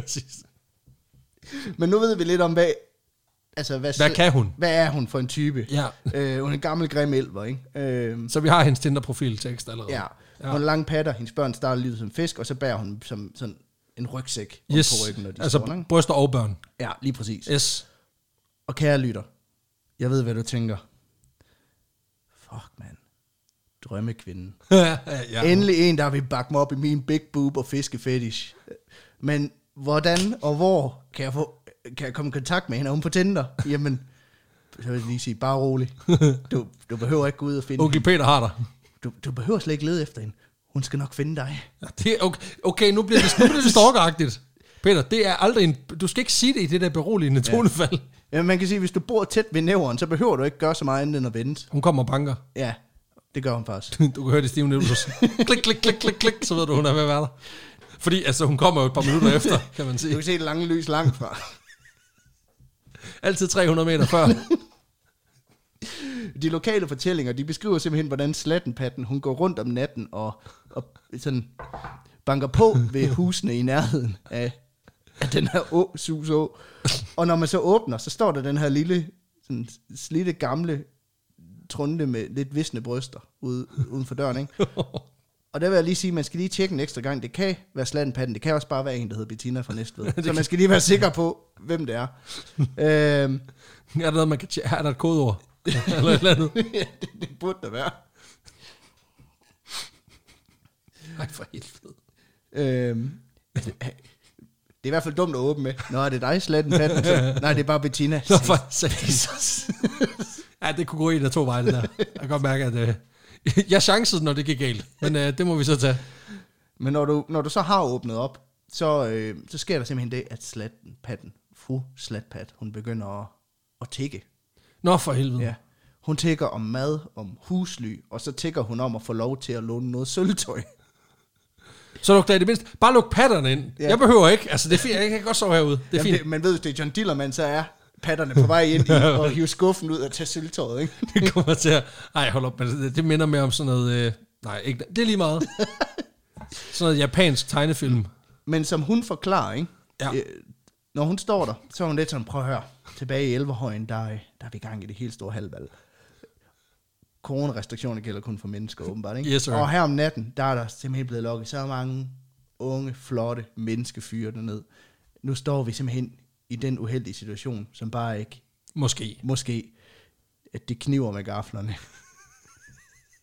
A: Præcis.
B: Men nu ved vi lidt om, hvad... Altså, hvad,
A: Hvad kan hun?
B: Hvad er hun for en type?
A: Ja.
B: Øh, hun er en gammel, grim elver, ikke? Øh,
A: Så vi har hendes Tinder-profiltekst allerede.
B: ja. Hun har lange patter, hendes børn starter livet som fisk, og så bærer hun som sådan en rygsæk rundt
A: Yes,
B: på ryggen, når de
A: altså
B: altså, står, ikke?
A: bryster og børn.
B: Ja, lige præcis.
A: Yes.
B: Og kære lytter, jeg ved, hvad du tænker. Fuck, mand. Drømmekvinden.
A: ja.
B: Ja. Endelig en, der vil bakke mig op i min big boob og fiske fetish. Men hvordan og hvor kan jeg, få, kan jeg komme i kontakt med hende? Er hun på Tinder? Jamen, så vil jeg lige sige, bare rolig. Du, du behøver ikke gå ud og finde okay.
A: Onkel Peter har dig.
B: du, du behøver slet ikke lede efter hende. Hun skal nok finde dig.
A: Ja, det er okay. okay, nu bliver det, nu bliver det stalkeragtigt. Peter, det er aldrig en... Du skal ikke sige det i det der beroligende tonefald.
B: Ja, man kan sige, hvis du bor tæt ved nævren, så behøver du ikke gøre så meget andet end at vente.
A: Hun kommer og banker.
B: Ja, det gør hun faktisk.
A: Du kan høre det i stive nipples. klik, klik, klik, klik, klik, så ved du, hun er ved at være der. Fordi altså, hun kommer jo et par minutter efter, kan man
B: Du
A: sige.
B: kan se det lange lys langt fra.
A: Altid 300 meter før.
B: De lokale fortællinger, de beskriver simpelthen, hvordan slattenpatten, hun går rundt om natten og, og sådan banker på ved husene i nærheden af, af den her å, sus å. Og når man så åbner, så står der den her lille, sådan slitte gamle trunde med lidt visne bryster ude, uden for døren, ikke? Og der vil jeg lige sige, at man skal lige tjekke en ekstra gang. Det kan være slattenpatten, det kan også bare være en, der hedder Bettina fra Næstved. Så man skal lige være sikker på, hvem det er. øhm,
A: er der noget, man kan tje- Er der et kodeord? Eller et eller andet?
B: ja, det, det burde der være.
A: Nej, for helvede.
B: Øhm, det er i hvert fald dumt at åbne med. Nå, er det dig, Slatten Patten? Så, nej, det er bare Bettina.
A: Nå, for Jesus. Ja, det kunne gå en af to veje, det der. Jeg kan godt mærke, at øh, jeg chancede, når det gik galt. Men øh, det må vi så tage.
B: Men når du, når du så har åbnet op, så, øh, så sker der simpelthen det, at Slatten Patten, fru Slatpat, hun begynder at, at tække.
A: Nå, for helvede.
B: Ja. Hun tækker om mad, om husly, og så tækker hun om at få lov til at låne noget sølvtøj.
A: Så luk da i det mindste. Bare luk patterne ind.
B: Ja.
A: Jeg behøver ikke. Altså, det er fint. Jeg kan godt sove herude. Det er
B: Jamen,
A: fint.
B: det, man ved, hvis det er John Dillermand, så er patterne på vej ind i og hive skuffen ud og tage sølvtøjet. Ikke?
A: Det kommer til at... Ej, hold op. men Det, det minder mere om sådan noget... Øh, nej, ikke, det er lige meget. sådan noget japansk tegnefilm.
B: Men som hun forklarer, ikke?
A: Ja.
B: Øh, når hun står der, så er hun lidt sådan, prøv at høre, tilbage i Elverhøjen, der, øh, der er vi i gang i det helt store halvvalg. Coronarestriktioner gælder kun for mennesker, åbenbart, ikke?
A: Yes, sir.
B: og her om natten, der er der simpelthen blevet lukket så mange unge, flotte menneskefyre derned. Nu står vi simpelthen i den uheldige situation, som bare ikke,
A: Måske.
B: måske, at det kniver med gaflerne.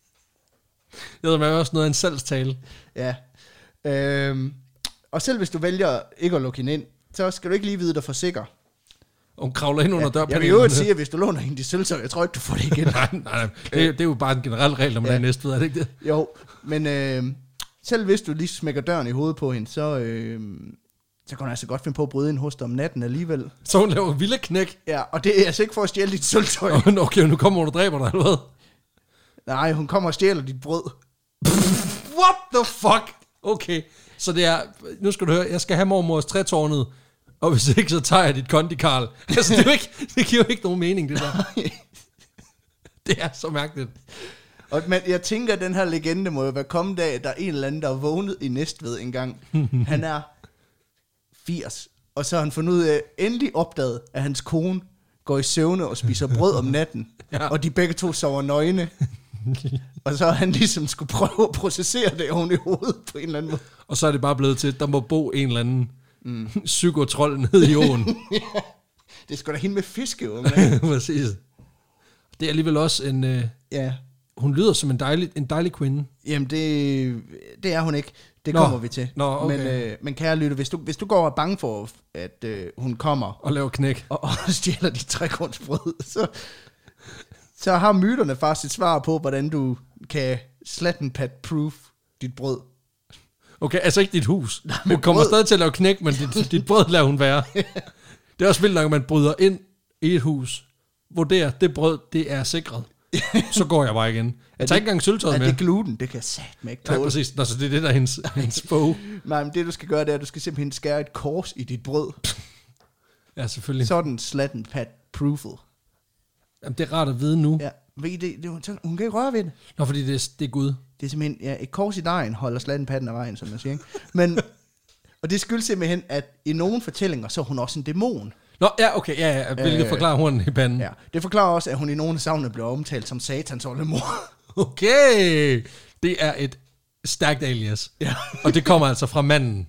A: Det er også noget af en salgstale.
B: Ja. Øhm, og selv hvis du vælger ikke at lukke hende ind, så skal du ikke lige vide dig for sikker.
A: Hun kravler ind under ja,
B: jeg vil
A: dørpanelen.
B: jo ikke sige, at hvis du låner hende dit sølvtøj, jeg tror ikke, du får det igen.
A: nej, nej, nej. Det, det, er jo bare en generel regel, når man ja.
B: Ja.
A: er næste, er det ikke det?
B: jo, men øh, selv hvis du lige smækker døren i hovedet på hende, så, øh, så kan hun altså godt finde på at bryde ind hos dig om natten alligevel.
A: Så hun laver vilde knæk.
B: Ja, og det er altså ikke for at stjæle dit sølvtøj.
A: Og hun, okay, nu kommer hun og dræber dig, eller hvad?
B: Nej, hun kommer og stjæler dit brød.
A: What the fuck? Okay, så det er... Nu skal du høre, jeg skal have mormors trætårnet. Og hvis ikke, så tager jeg dit kondi, Karl. Altså, det, er jo ikke, det giver jo ikke nogen mening, det der. Det er så mærkeligt.
B: og, men jeg tænker, at den her legende må jo være kommet af, at der er en eller anden, der er vågnet i Næstved engang. Han er 80, og så har han fundet ud af, endelig opdaget, at hans kone går i søvne og spiser brød om natten,
A: Ja.
B: ja. og de begge to sover nøgne. og så har han ligesom skulle prøve at processere det oven i hovedet på en eller anden måde.
A: Og så er det bare blevet til, at der må bo en eller anden mm. psykotrol nede i åen.
B: Det er sgu da hende med fiskeunge.
A: Præcis. Det er alligevel også en... Øh,
B: ja.
A: hun lyder som en dejlig, en dejlig kvinde.
B: Jamen, det, det er hun ikke. Det
A: Nå.
B: kommer vi til.
A: Nå, okay.
B: men, øh, men kære lytte, hvis du, hvis du går og er bange for, at øh, hun kommer
A: Og laver knæk.
B: og, og stjæler dit trekornsbrød, så, så har myterne faktisk et svar på, hvordan du kan slattenpat-proof dit brød.
A: Okay, altså ikke dit hus. Nej, hun kommer
B: brød.
A: stadig til at lave knæk, men dit, dit brød lader hun være. Det er også vildt nok, at man bryder ind i et hus, vurderer, det brød, det er sikret. Så går jeg bare igen. Jeg tager ikke engang sølvtøjet
B: At
A: med.
B: det er gluten, det kan jeg satme ikke
A: Nej,
B: tåle.
A: præcis. Nå, så det er det, der er hendes, hendes bog.
B: Nej, men det du skal gøre, det er, at du skal simpelthen skære et kors i dit brød.
A: Ja, selvfølgelig. Så.
B: Sådan slattenpat-proofet.
A: Jamen, det er rart at vide nu. Ja.
B: Ja, ved I det, det, hun, tænker, hun kan ikke røre ved det.
A: Nå, fordi det, er- det er Gud.
B: Det er simpelthen, ja, et kors i dejen holder slatten patten af vejen, som man siger. Ikke? Men, og det skyldes simpelthen, at i nogle fortællinger, så er hun også en dæmon.
A: Nå, ja, okay, ja, ja, hvilket
B: Øh.
A: øh, forklarer hornen i panden.
B: Ja. Det forklarer også, at hun i nogle af savnene bliver omtalt som satans oldemor.
A: Okay, det er et stærkt alias.
B: Ja.
A: Og det kommer altså fra manden,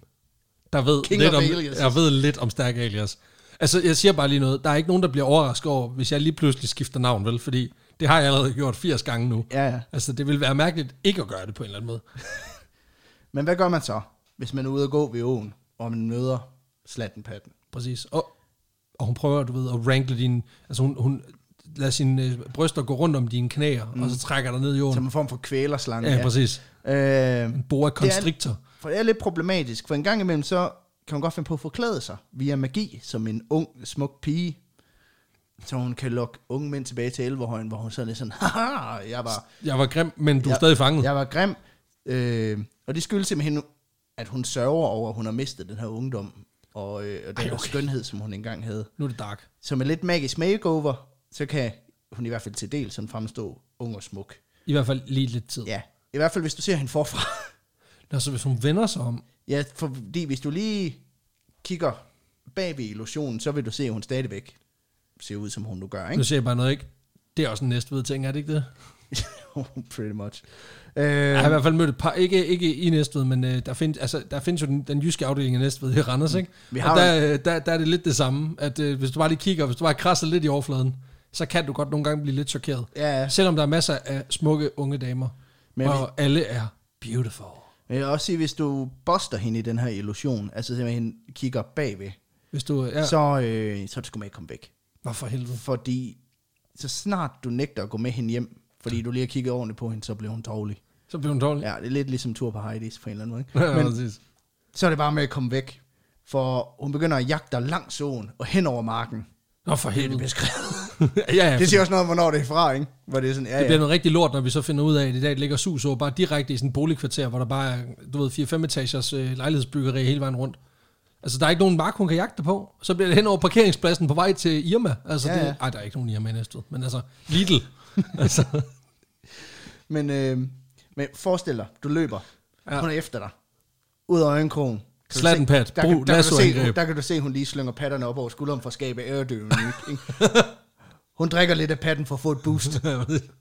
A: der ved,
B: King
A: lidt
B: of
A: om,
B: aliases.
A: jeg ved lidt om stærke alias. Altså, jeg siger bare lige noget. Der er ikke nogen, der bliver overrasket over, hvis jeg lige pludselig skifter navn, vel? Fordi det har jeg allerede gjort 80 gange nu.
B: Ja, ja.
A: Altså, det vil være mærkeligt ikke at gøre det på en eller anden måde.
B: Men hvad gør man så, hvis man er ude at gå ved åen, og man møder slatten patten?
A: Præcis. Og, og hun prøver, du ved, at rankle dine... Altså, hun, hun lader sine øh, bryster gå rundt om dine knæer, mm. og så trækker dig ned i jorden.
B: Som en form for kvælerslange.
A: Ja, præcis.
B: Øh,
A: En boa constrictor.
B: for det er lidt problematisk, for en gang imellem så kan hun godt finde på at forklæde sig via magi, som en ung, smuk pige. Så hun kan lokke unge mænd tilbage til elverhøjen, hvor hun sådan er sådan, haha, jeg var
A: Jeg var grim, men du er
B: Jeg-
A: stadig fanget.
B: Jeg var grim. Øh, og det skyldes simpelthen, at hun sørger over, at hun har mistet den her ungdom og, øh, og den
A: Ej,
B: Ej, okay.
A: okay.
B: skønhed, som hun engang havde.
A: Nu er det dark.
B: Så med lidt magisk makeover, så kan hun i hvert fald til del sådan fremstå ung og smuk.
A: I hvert fald lige lidt tid.
B: Ja, i hvert fald hvis du ser hende forfra.
A: Nå, så hvis hun vender sig om,
B: ja, fordi hvis du lige kigger bag ved illusionen, så vil du se, at hun stadigvæk ser ud, som hun nu gør,
A: nu
B: ikke?
A: ser jeg bare noget, ikke? Det er også en næstved ting, er det ikke det?
B: Pretty much.
A: Jeg
B: Øh,
A: har i hvert fald mødt et par, ikke, ikke i Næstved, men øh, der, findes, altså, der findes jo den, den jyske afdeling af Næstved i Randers, ikke?
B: Vi
A: Mm. Vi
B: har
A: har og der, øh, der, der er det lidt det samme, at øh, hvis du bare lige kigger, hvis du bare krasser lidt i overfladen, så kan du godt nogle gange blive lidt chokeret.
B: ja, ja.
A: Selvom der er masser af smukke unge damer,
B: Men
A: men og alle er beautiful.
B: Men jeg vil også sige, hvis du buster hende i den her illusion, altså simpelthen kigger bagved,
A: Hvis du er...
B: ja.
A: Så.
B: så, øh, så skal man ikke komme væk.
A: Nå for helvede.
B: Fordi så snart du nægter at gå med hende hjem, fordi du lige har kigget ordentligt på hende, så bliver hun dårlig.
A: Så bliver hun dårlig. Ja.
B: Ja, det er lidt ligesom tur på Heidi's på en eller anden måde. Ikke?
A: Ja,
B: Men
A: præcis.
B: så er det bare med at komme væk. For hun begynder at jagte dig langs åen og hen over marken.
A: Nå for
B: Det er det
A: helvede.
B: beskrevet.
A: ja, ja.
B: Det siger også noget om, hvornår det er fra, ikke? Hvor det er sådan, ja,
A: Det bliver
B: ja.
A: noget rigtig lort, når vi så finder ud af, at i dag ligger Suså bare direkte i sådan et boligkvarter, hvor der bare er, du ved, 4-5 etagers øh, lejlighedsbyggeri hele vejen rundt. Altså, der er ikke nogen mark, hun kan jagte på. Så bliver det hen over parkeringspladsen på vej til Irma. Altså,
B: Ja,
A: ja, ja.
B: ja.
A: Det, ej, der er ikke nogen Irma i Næstved, men altså, Lidl. altså,
B: Men, øh, men forestil dig, du løber. Ja.
A: Ja.
B: Hun er efter dig. Ud af øjenkrogen. Kan du
A: Slat
B: se-
A: en pat.
B: Der, kan,
A: Brug
B: der, kan du se,
A: lassoangreb.
B: der kan du se, hun lige slynger patterne op over skulderen for at skabe æredøven. hun drikker lidt af patten for at få et boost.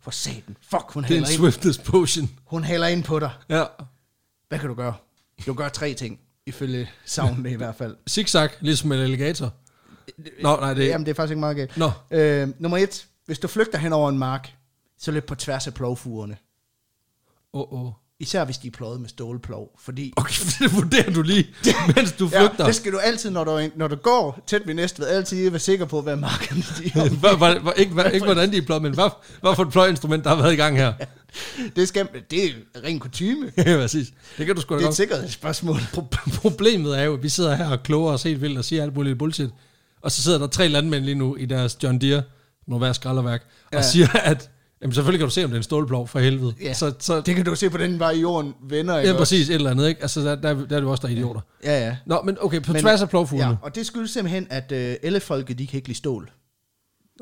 B: For satan. Fuck, hun
A: det er
B: hælder,
A: en
B: ind.
A: swiftness potion.
B: hun hælder ind på dig.
A: Ja.
B: Hvad kan du gøre? Du gør tre ting. Ifølge savnene i hvert fald.
A: Zigzag, ligesom en alligator. Nå, nej, det er...
B: Jamen, det er faktisk ikke meget galt.
A: Nå.
B: Øh, nummer et. Hvis du flygter hen over en mark, så løb på tværs af plovfugerne.
A: Åh, åh.
B: Især hvis de er pløjet med stålplov, fordi...
A: Okay, det vurderer du lige, mens du flygter.
B: Ja, det skal du altid, når du, når du går tæt ved Næstved, altid være sikker på, hvad markerne de er.
A: Hva, hva, hva, ikke, hva, ikke hvordan de er pløjet, men hvad, hvad for et pløjeinstrument, der har været i gang her?
B: Det, skal, det er ren kutume.
A: Ja, præcis. Det kan du sgu da
B: Det er et
A: godt.
B: sikkerhedsspørgsmål.
A: Pro- Problemet er jo, at vi sidder her og kloger os helt vildt og siger alt muligt bullshit. Og så sidder der tre landmænd lige nu i deres John Deere, nogle hver skralderværk, og
B: Ja.
A: ja. siger, at jamen, selvfølgelig kan du se, om det er en stålplov for helvede.
B: Ja.
A: Ja. Så, så,
B: Det kan du se på den vej, jorden vender. ikke
A: ja,
B: også?
A: præcis, et eller andet. Ikke? Altså, der, der, er- der er du også der er idioter.
B: Ja, ja.
A: Nå, men okay, på men, tværs af plovfuglene.
B: Ja, og det skyldes simpelthen, at øh, ellefolket, de kan ikke lide stål.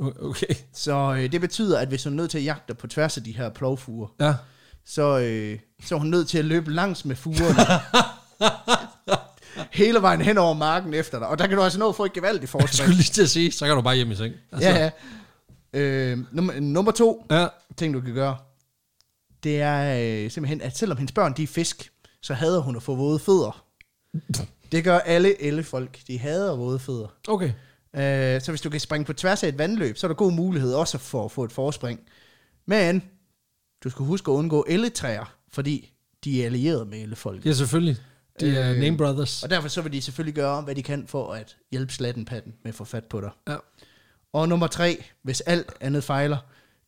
A: O- Okay.
B: Så øh, det betyder, at hvis hun er nødt til at jagte dig på tværs af de her plovfuger,
A: Ja.
B: så, øh, så er hun nødt til at løbe langs med fugerne. Hele vejen hen over marken efter dig. Og der kan du altså nå at få et gevaldigt
A: Jeg
B: forspring.
A: skulle lige til at sige, så kan du bare hjem i seng. Altså,
B: Ja, ja. Øh, nummer, nummer to
A: ja.
B: ting, du kan gøre, det er øh, simpelthen, at selvom hendes børn de er fisk, så hader hun at få våde fødder. Det gør alle ellefolk. De hader våde fødder.
A: Okay.
B: Øh, så hvis du kan springe på tværs af et vandløb, så er der god mulighed også for at få et forspring. Men Du skal huske at undgå elletræer, fordi de er allieret med ellefolket.
A: Ja, selvfølgelig. De øh, er
B: Øh,
A: Name Brothers.
B: Og derfor så vil de selvfølgelig gøre, hvad de kan for at hjælpe slattenpatten med at få fat på dig.
A: Ja.
B: Og nummer tre, hvis alt andet fejler,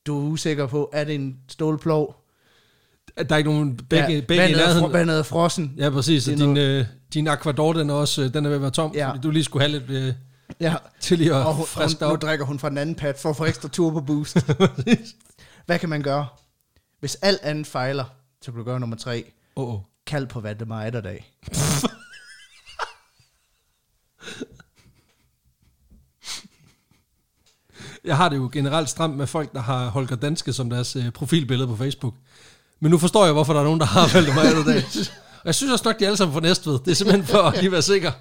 B: du er usikker på, er det en stålplov?
A: Der er ikke nogen begge, ja, begge i
B: vandet, er,
A: nærheden.
B: fro- vandet er frossen.
A: Ja, præcis. Og
B: Det er
A: din, øh, din Aquador, den er, også, øh, den er ved at være tom, ja.
B: Ja.
A: fordi du lige skulle have lidt øh,
B: Ja.
A: til lige at
B: Og hun,
A: friske dig
B: hun, nu
A: op.
B: drikker hun fra den anden pad for at få ekstra turbo boost. Hvad kan man gøre? Hvis alt andet fejler, så kan du gøre nummer tre.
A: Åh, oh, oh.
B: Kald på Valdemar Atterdag.
A: Jeg har det jo generelt stramt med folk, der har Holger Danske som deres øh, profilbillede på Facebook. Men nu forstår jeg, hvorfor der er nogen, der har valgt mig i dag. Og jeg synes også nok, de er alle sammen fra Næstved. Det er simpelthen for at lige være sikker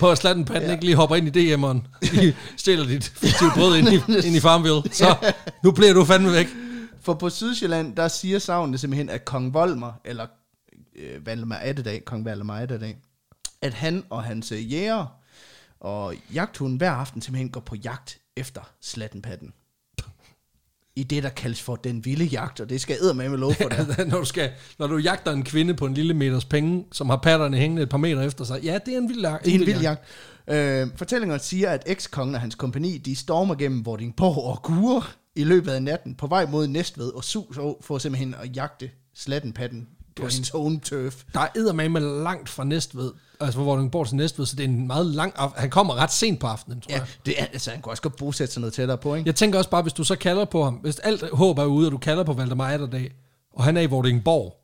A: på, at slattenpanden ja. ikke lige hopper ind i DM'eren. De stjæler dit fiktive brød ind i, ind i Farmville. Så nu bliver du fandme væk.
B: For på Sydsjælland, der siger savnet simpelthen, at kong Volmer, eller øh, Valdemar Atterdag, kong Valdemar Atterdag, at han og hans øh, jæger og jagthunden hver aften simpelthen går på jagt efter slattenpatten. I det, der kaldes for den vilde jagt, og det skal jeg med lov for dig.
A: når, du skal, når du jagter en kvinde på en lille meters penge, som har patterne hængende et par meter efter sig. Ja, det er en vild jagt.
B: Det er en vild jagt. Øh, fortællingerne siger, at ekskongen og hans kompani, de stormer gennem Vordingborg og Gure i løbet af natten, på vej mod Næstved og Sus Å, for simpelthen at jagte slattenpatten på
A: var
B: hendes own turf.
A: Der er eddermame langt fra Næstved, altså fra Vordingborg til Næstved, så det er en meget lang aften. Han kommer ret sent på aftenen, tror ja.
B: Ja,
A: jeg.
B: det er, altså, han kunne også godt bosætte sig noget tættere på, ikke?
A: Jeg tænker også bare, hvis du så kalder på ham, hvis alt håb er ude, og du kalder på Valdemar Atterdag, og han er i Vordingborg,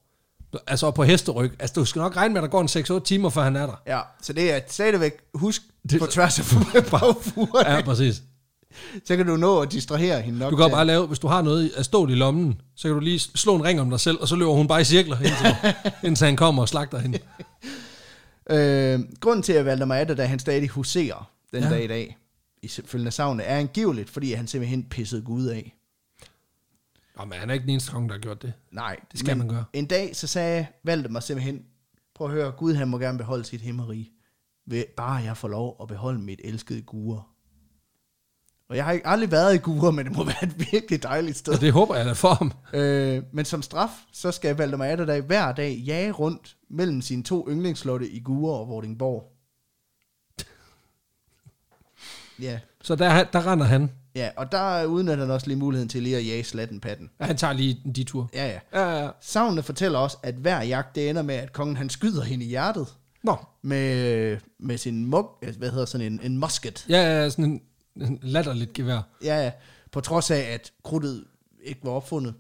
A: altså op på hesteryg, altså du skal nok regne med, at der går en 6-8 timer, før han er der.
B: Ja, så det er stadigvæk, husk
A: Det-
B: det, på tværs af bagfuret,
A: Ja, præcis.
B: så kan du nå at distrahere hende nok.
A: Du kan jo
B: til-
A: bare lave, hvis du har noget af stål i lommen, så kan du lige slå en ring om dig selv, og så løber hun bare i cirkler, indtil, indtil han kommer og slagter hende.
B: Øh, grunden til, at Valdemar Adder, da han stadig huserer den
A: Ja.
B: ja. dag i dag, i følgende savne, er angiveligt, fordi han simpelthen pissede Gud af.
A: Nå, men han er ikke den eneste konge, der har gjort det.
B: Nej,
A: Det skal man gøre.
B: En dag, så sagde Valdemar simpelthen, prøv at høre, Gud han må gerne beholde sit himmerige, ved- bare jeg får lov at beholde mit elskede Gure. Og jeg har ikke aldrig været i Gure, men det må være et virkelig dejligt sted.
A: Og det håber jeg da for ham.
B: Øh, men som straf, så skal Valdemar Atterdag hver dag jage rundt mellem sine to yndlingslotte i Gure og Vordingborg. ja.
A: Så der, der render han.
B: ja, og der udnytter han også lige muligheden til lige at jage slatten patten.
A: Ja, Han tager lige en detur.
B: Ja, ja.
A: Ja, ja, ja.
B: Savnene fortæller også, at hver jagt det ender med, at kongen han skyder hende i hjertet
A: Nå,
B: med, med sin mug, altså, hvad hedder sådan en, en musket.
A: ja, ja, sådan en, en latterligt gevær.
B: Ja, ja, på trods af, at krudtet ikke var opfundet,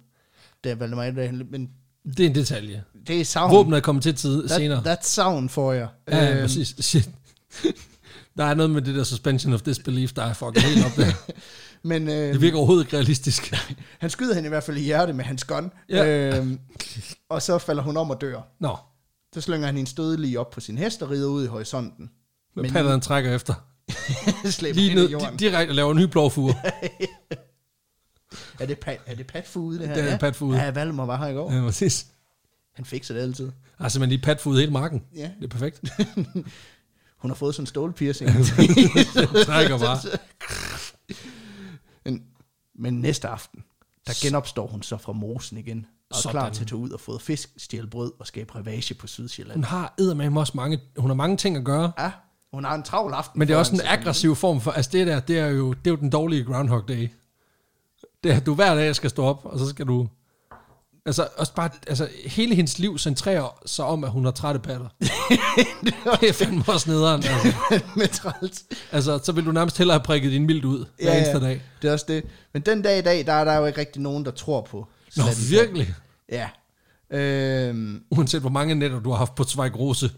B: da Valdemar Atterdag, han- men
A: Det er en detalje.
B: det er savn.
A: Våbnet er kommet til tid senere.
B: That, that's savn for jer.
A: Ja, ja,
B: Øhm,
A: præcis. Shit. Der er noget med det der suspension of disbelief, der er fucking helt op der.
B: Men øh,
A: Det virker overhovedet ikke realistisk.
B: han skyder hende i hvert fald i hjertet med hans gun.
A: Ja.
B: Øhm, og så falder hun om og dør.
A: Nå,
B: Så slynger han en stød lige op på sin hest og rider ud i horisonten.
A: men padderen trækker efter.
B: slæber
A: Lige
B: hende
A: ned,
B: i jorden.
A: di- direkte laver en ny blåfure.
B: Er det, pat, er det patfude, det her?
A: Det er
B: ja.
A: patfude.
B: Ja, Valmor var her i går.
A: Ja, præcis.
B: Han fikser det altid.
A: Altså, man lige patfod hele marken.
B: Ja.
A: Det er perfekt.
B: Hun har fået sådan en stålpiercing.
A: Trækker bare.
B: men, men næste aften, der genopstår hun så fra mosen igen. Og er
A: Sådan.
B: klar til at tage ud og få fisk, stjæle brød og skabe revage på Sydsjælland.
A: Hun har eddermame også mange, hun har mange ting at gøre.
B: Ja, hun har en travl aften.
A: Men det er også
B: foran
A: en aggressiv form for, altså det der, det er jo, det er jo den dårlige Groundhog Day. Det er, at du hver dag skal stå op, og så skal du, altså også bare, altså hele hendes liv centrerer sig om, at hun har trætte patter. det er fandme også nederen. Altså.
B: sig med træls.
A: altså, så vil du nærmest hellere have prikket din mildt ud hver ja, eneste dag.
B: Det er også det. Men den dag i dag, der er der jo ikke rigtig nogen, der tror på.
A: Nå,
B: Slattenfald.
A: virkelig.
B: Ja. Øhm,
A: Uanset hvor mange nætter du har haft på Zweig Rose.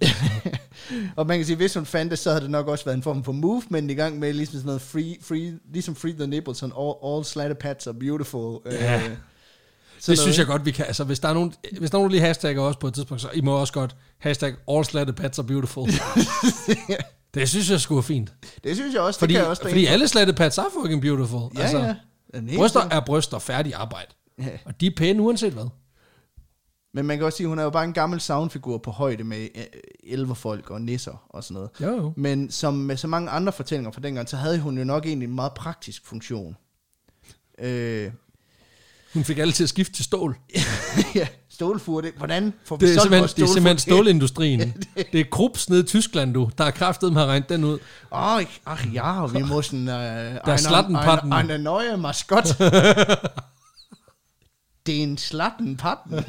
B: og man kan sige, hvis hun fandt det, så havde det nok også været en form for movement i gang med, ligesom sådan noget free, free, ligesom free the nipples, and all, all slatter pads are beautiful. Øh,
A: Ja. Det
B: sådan noget,
A: synes
B: ikke?
A: jeg godt, vi kan. Altså, hvis der er nogen, hvis der er nogen der lige hashtagger også på et tidspunkt, så I må også godt hashtag all slatted pats are beautiful. det synes jeg skulle er fint.
B: Det synes jeg også,
A: Fordi,
B: det kan jeg også
A: fordi alle slatte pads er fucking beautiful.
B: Ja, altså, ja. Den ene
A: Bryster
B: ting.
A: er bryster, færdig arbejde.
B: Ja.
A: Og de er pæne uanset hvad.
B: Men man kan også sige, hun er jo bare en gammel soundfigur på højde med øh, elverfolk og nisser og sådan noget.
A: Jo, jo.
B: Men som med så mange andre fortællinger fra dengang, så havde hun jo nok egentlig en meget praktisk funktion. Øh,
A: Hun fik alle til at skifte til stål.
B: ja, stålfure, det, hvordan får vi
A: Det er
B: solgt vores
A: simpelthen, det er
B: stålfure?
A: simpelthen stålindustrien. Det er Krups nede i Tyskland, du, der har kraftet med at regne den ud.
B: Åh, ich- ach ja, wir müssen äh, der
A: Der Slattenpatten.
B: Eine, eine neue Maskott. Den Slattenpatten.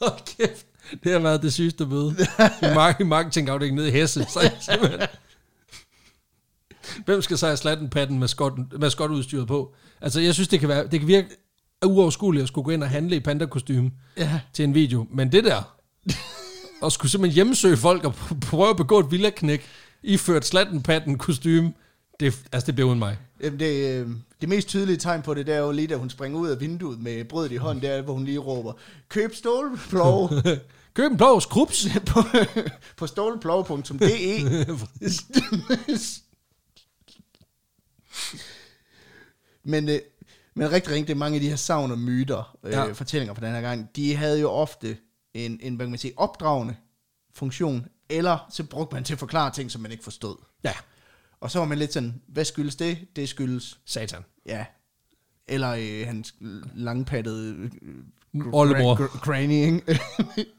A: Hold kæft. Det har været det sygeste møde. I mark- i marketingafdelingen nede i Hesse. Så er jeg simpelthen... Hvem skal så have slatten patten med, skot, med skotudstyret på? Altså, jeg synes, det kan, være, det kan virke uoverskueligt at skulle gå ind og handle i pandakostyme
B: Ja.
A: til en video. Men det der, og skulle simpelthen hjemsøge folk og pr- prøve at begå et villaknæk, iført slatten patten kostume, det, altså, det bliver uden mig.
B: Jamen, Det, øh, det mest tydelige tegn på det, det er jo lige da hun springer ud af vinduet med brødet i hånden, der hvor hun lige råber, køb stålplov
A: Køb en plov, skrups!
B: på, på stålplov.de. men, øh, men rigtig rent, det er mange af de her savn og myter, øh,
A: Ja.
B: ja. fortællinger fra den her gang, de havde jo ofte en, en hvad kan man sige, opdragende funktion, eller så brugte man til at forklare ting, som man ikke forstod.
A: Ja,
B: Og så var man lidt sådan, hvad skyldes det? Det skyldes,
A: satan.
B: ja, eller øh, hans langpattede øh, gr-
A: Oldemor.
B: gr- Granny, ikke?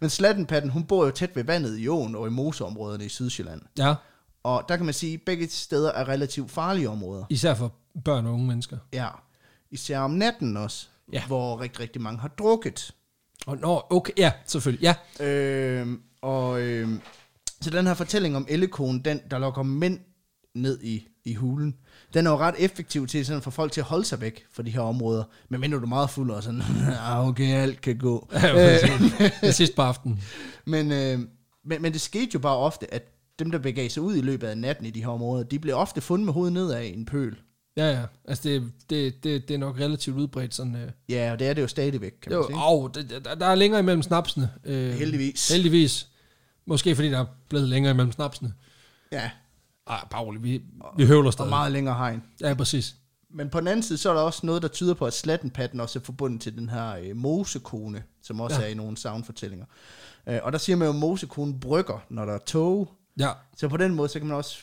B: Men Slattenpatten, hun bor jo tæt ved vandet i åen og i moseområderne i Sydsjælland.
A: Ja,
B: Og der kan man sige, at begge steder er relativt farlige områder.
A: især for børn og unge mennesker.
B: Ja. Især om natten også,
A: Ja.
B: ja. hvor rigtig, rigtig mange har drukket.
A: Og nå, okay, ja, selvfølgelig, ja.
B: Øhm, og øhm, så den her fortælling om ellekonen, den, der lokker mænd ned i, i hulen, den er jo ret effektiv til sådan at få folk til at holde sig væk fra de her områder. Men mindre du er meget fuld og sådan, ah, okay, alt kan gå. Øh,
A: Ja, præcis. Det er sidst på aftenen.
B: Men, øh, men, men det skete jo bare ofte, at dem, der begav sig ud i løbet af natten i de her områder, de blev ofte fundet med hovedet nedad i en pøl.
A: Ja, ja. Altså, det, det, det, det er nok relativt udbredt sådan... Øh.
B: Ja, og det er det jo stadigvæk, kan man
A: Jo,
B: sige.
A: og det, der, der er længere imellem snapsene. Øh,
B: Heldigvis.
A: Heldigvis. Måske fordi der er blevet længere imellem snapsene.
B: Ja,
A: Ej, Pauli, vi, vi høvler
B: og
A: stadig.
B: meget længere hegn.
A: Ja, præcis.
B: Men på den anden side, så er der også noget, der tyder på, at slattenpatten også er forbundet til den her øh, mosekone, som også
A: Ja.
B: ja. er i nogle soundfortællinger. Øh, og der siger man jo, at mosekonen brygger, når der er tog.
A: Ja,
B: Så på den måde, så kan man også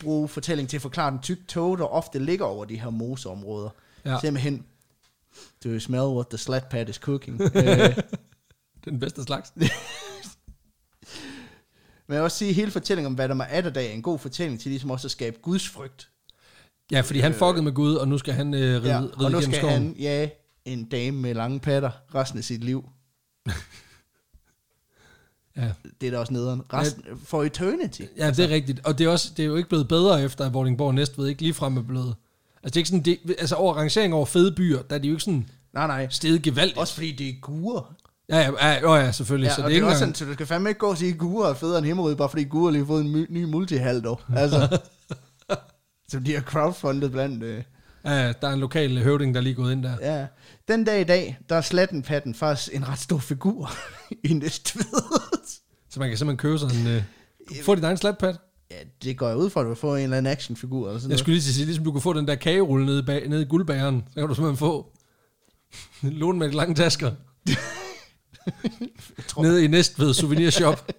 B: bruge fortællingen til at forklare den tyk tog, der ofte ligger over de her moseområder.
A: Ja.
B: Ja. Simpelthen, do you smell what the slatpat is cooking? øh,
A: det er den bedste slags.
B: men jeg vil også sige, at hele fortællingen om, hvad der er atterdag, er en god fortælling til ligesom også at skabe Guds frygt.
A: Ja, fordi han fuckede med Gud, og nu skal han øh, ride,
B: Ja,
A: ride
B: og nu
A: igennem
B: skal
A: skoven.
B: han, ja, en dame med lange patter resten af sit liv.
A: Ja.
B: det er da også nederen. Resten, ja. For eternity.
A: Ja, det er rigtigt. Og det er, også, det er jo ikke blevet bedre efter, at Vordingborg Næstved ikke ligefrem er blevet... Altså, det er ikke sådan, det, altså over rangering over fede byer, der er de jo ikke sådan
B: Nej, nej.
A: steget gevaldigt.
B: Også fordi det er gurer.
A: Ja, ja, ja, jo, ja selvfølgelig.
B: Ja,
A: så det
B: og
A: er ikke
B: også
A: engang...
B: sådan, så du skal fandme ikke gå og sige, at gurer er federe end himmerød, bare fordi gurer lige har fået en my- ny multihal dog. Altså, som de har crowdfundet blandt... Øh.
A: Ja, der er en lokal høvding, der er lige gået ind der.
B: Ja. Den dag i dag, der er Slattenpatten faktisk en ret stor figur i Næstved.
A: Så man kan simpelthen købe sig en... Øh, få din egen slatpad.
B: ja, det går jeg ud fra, at du vil få en eller anden actionfigur eller sådan
A: Jeg
B: noget.
A: skulle lige til at sige, ligesom du kunne få den der kagerulle nede, bag, nede i guldbæren, så kan du simpelthen få en lån med de lange tasker. nede i Næstved souvenirshop.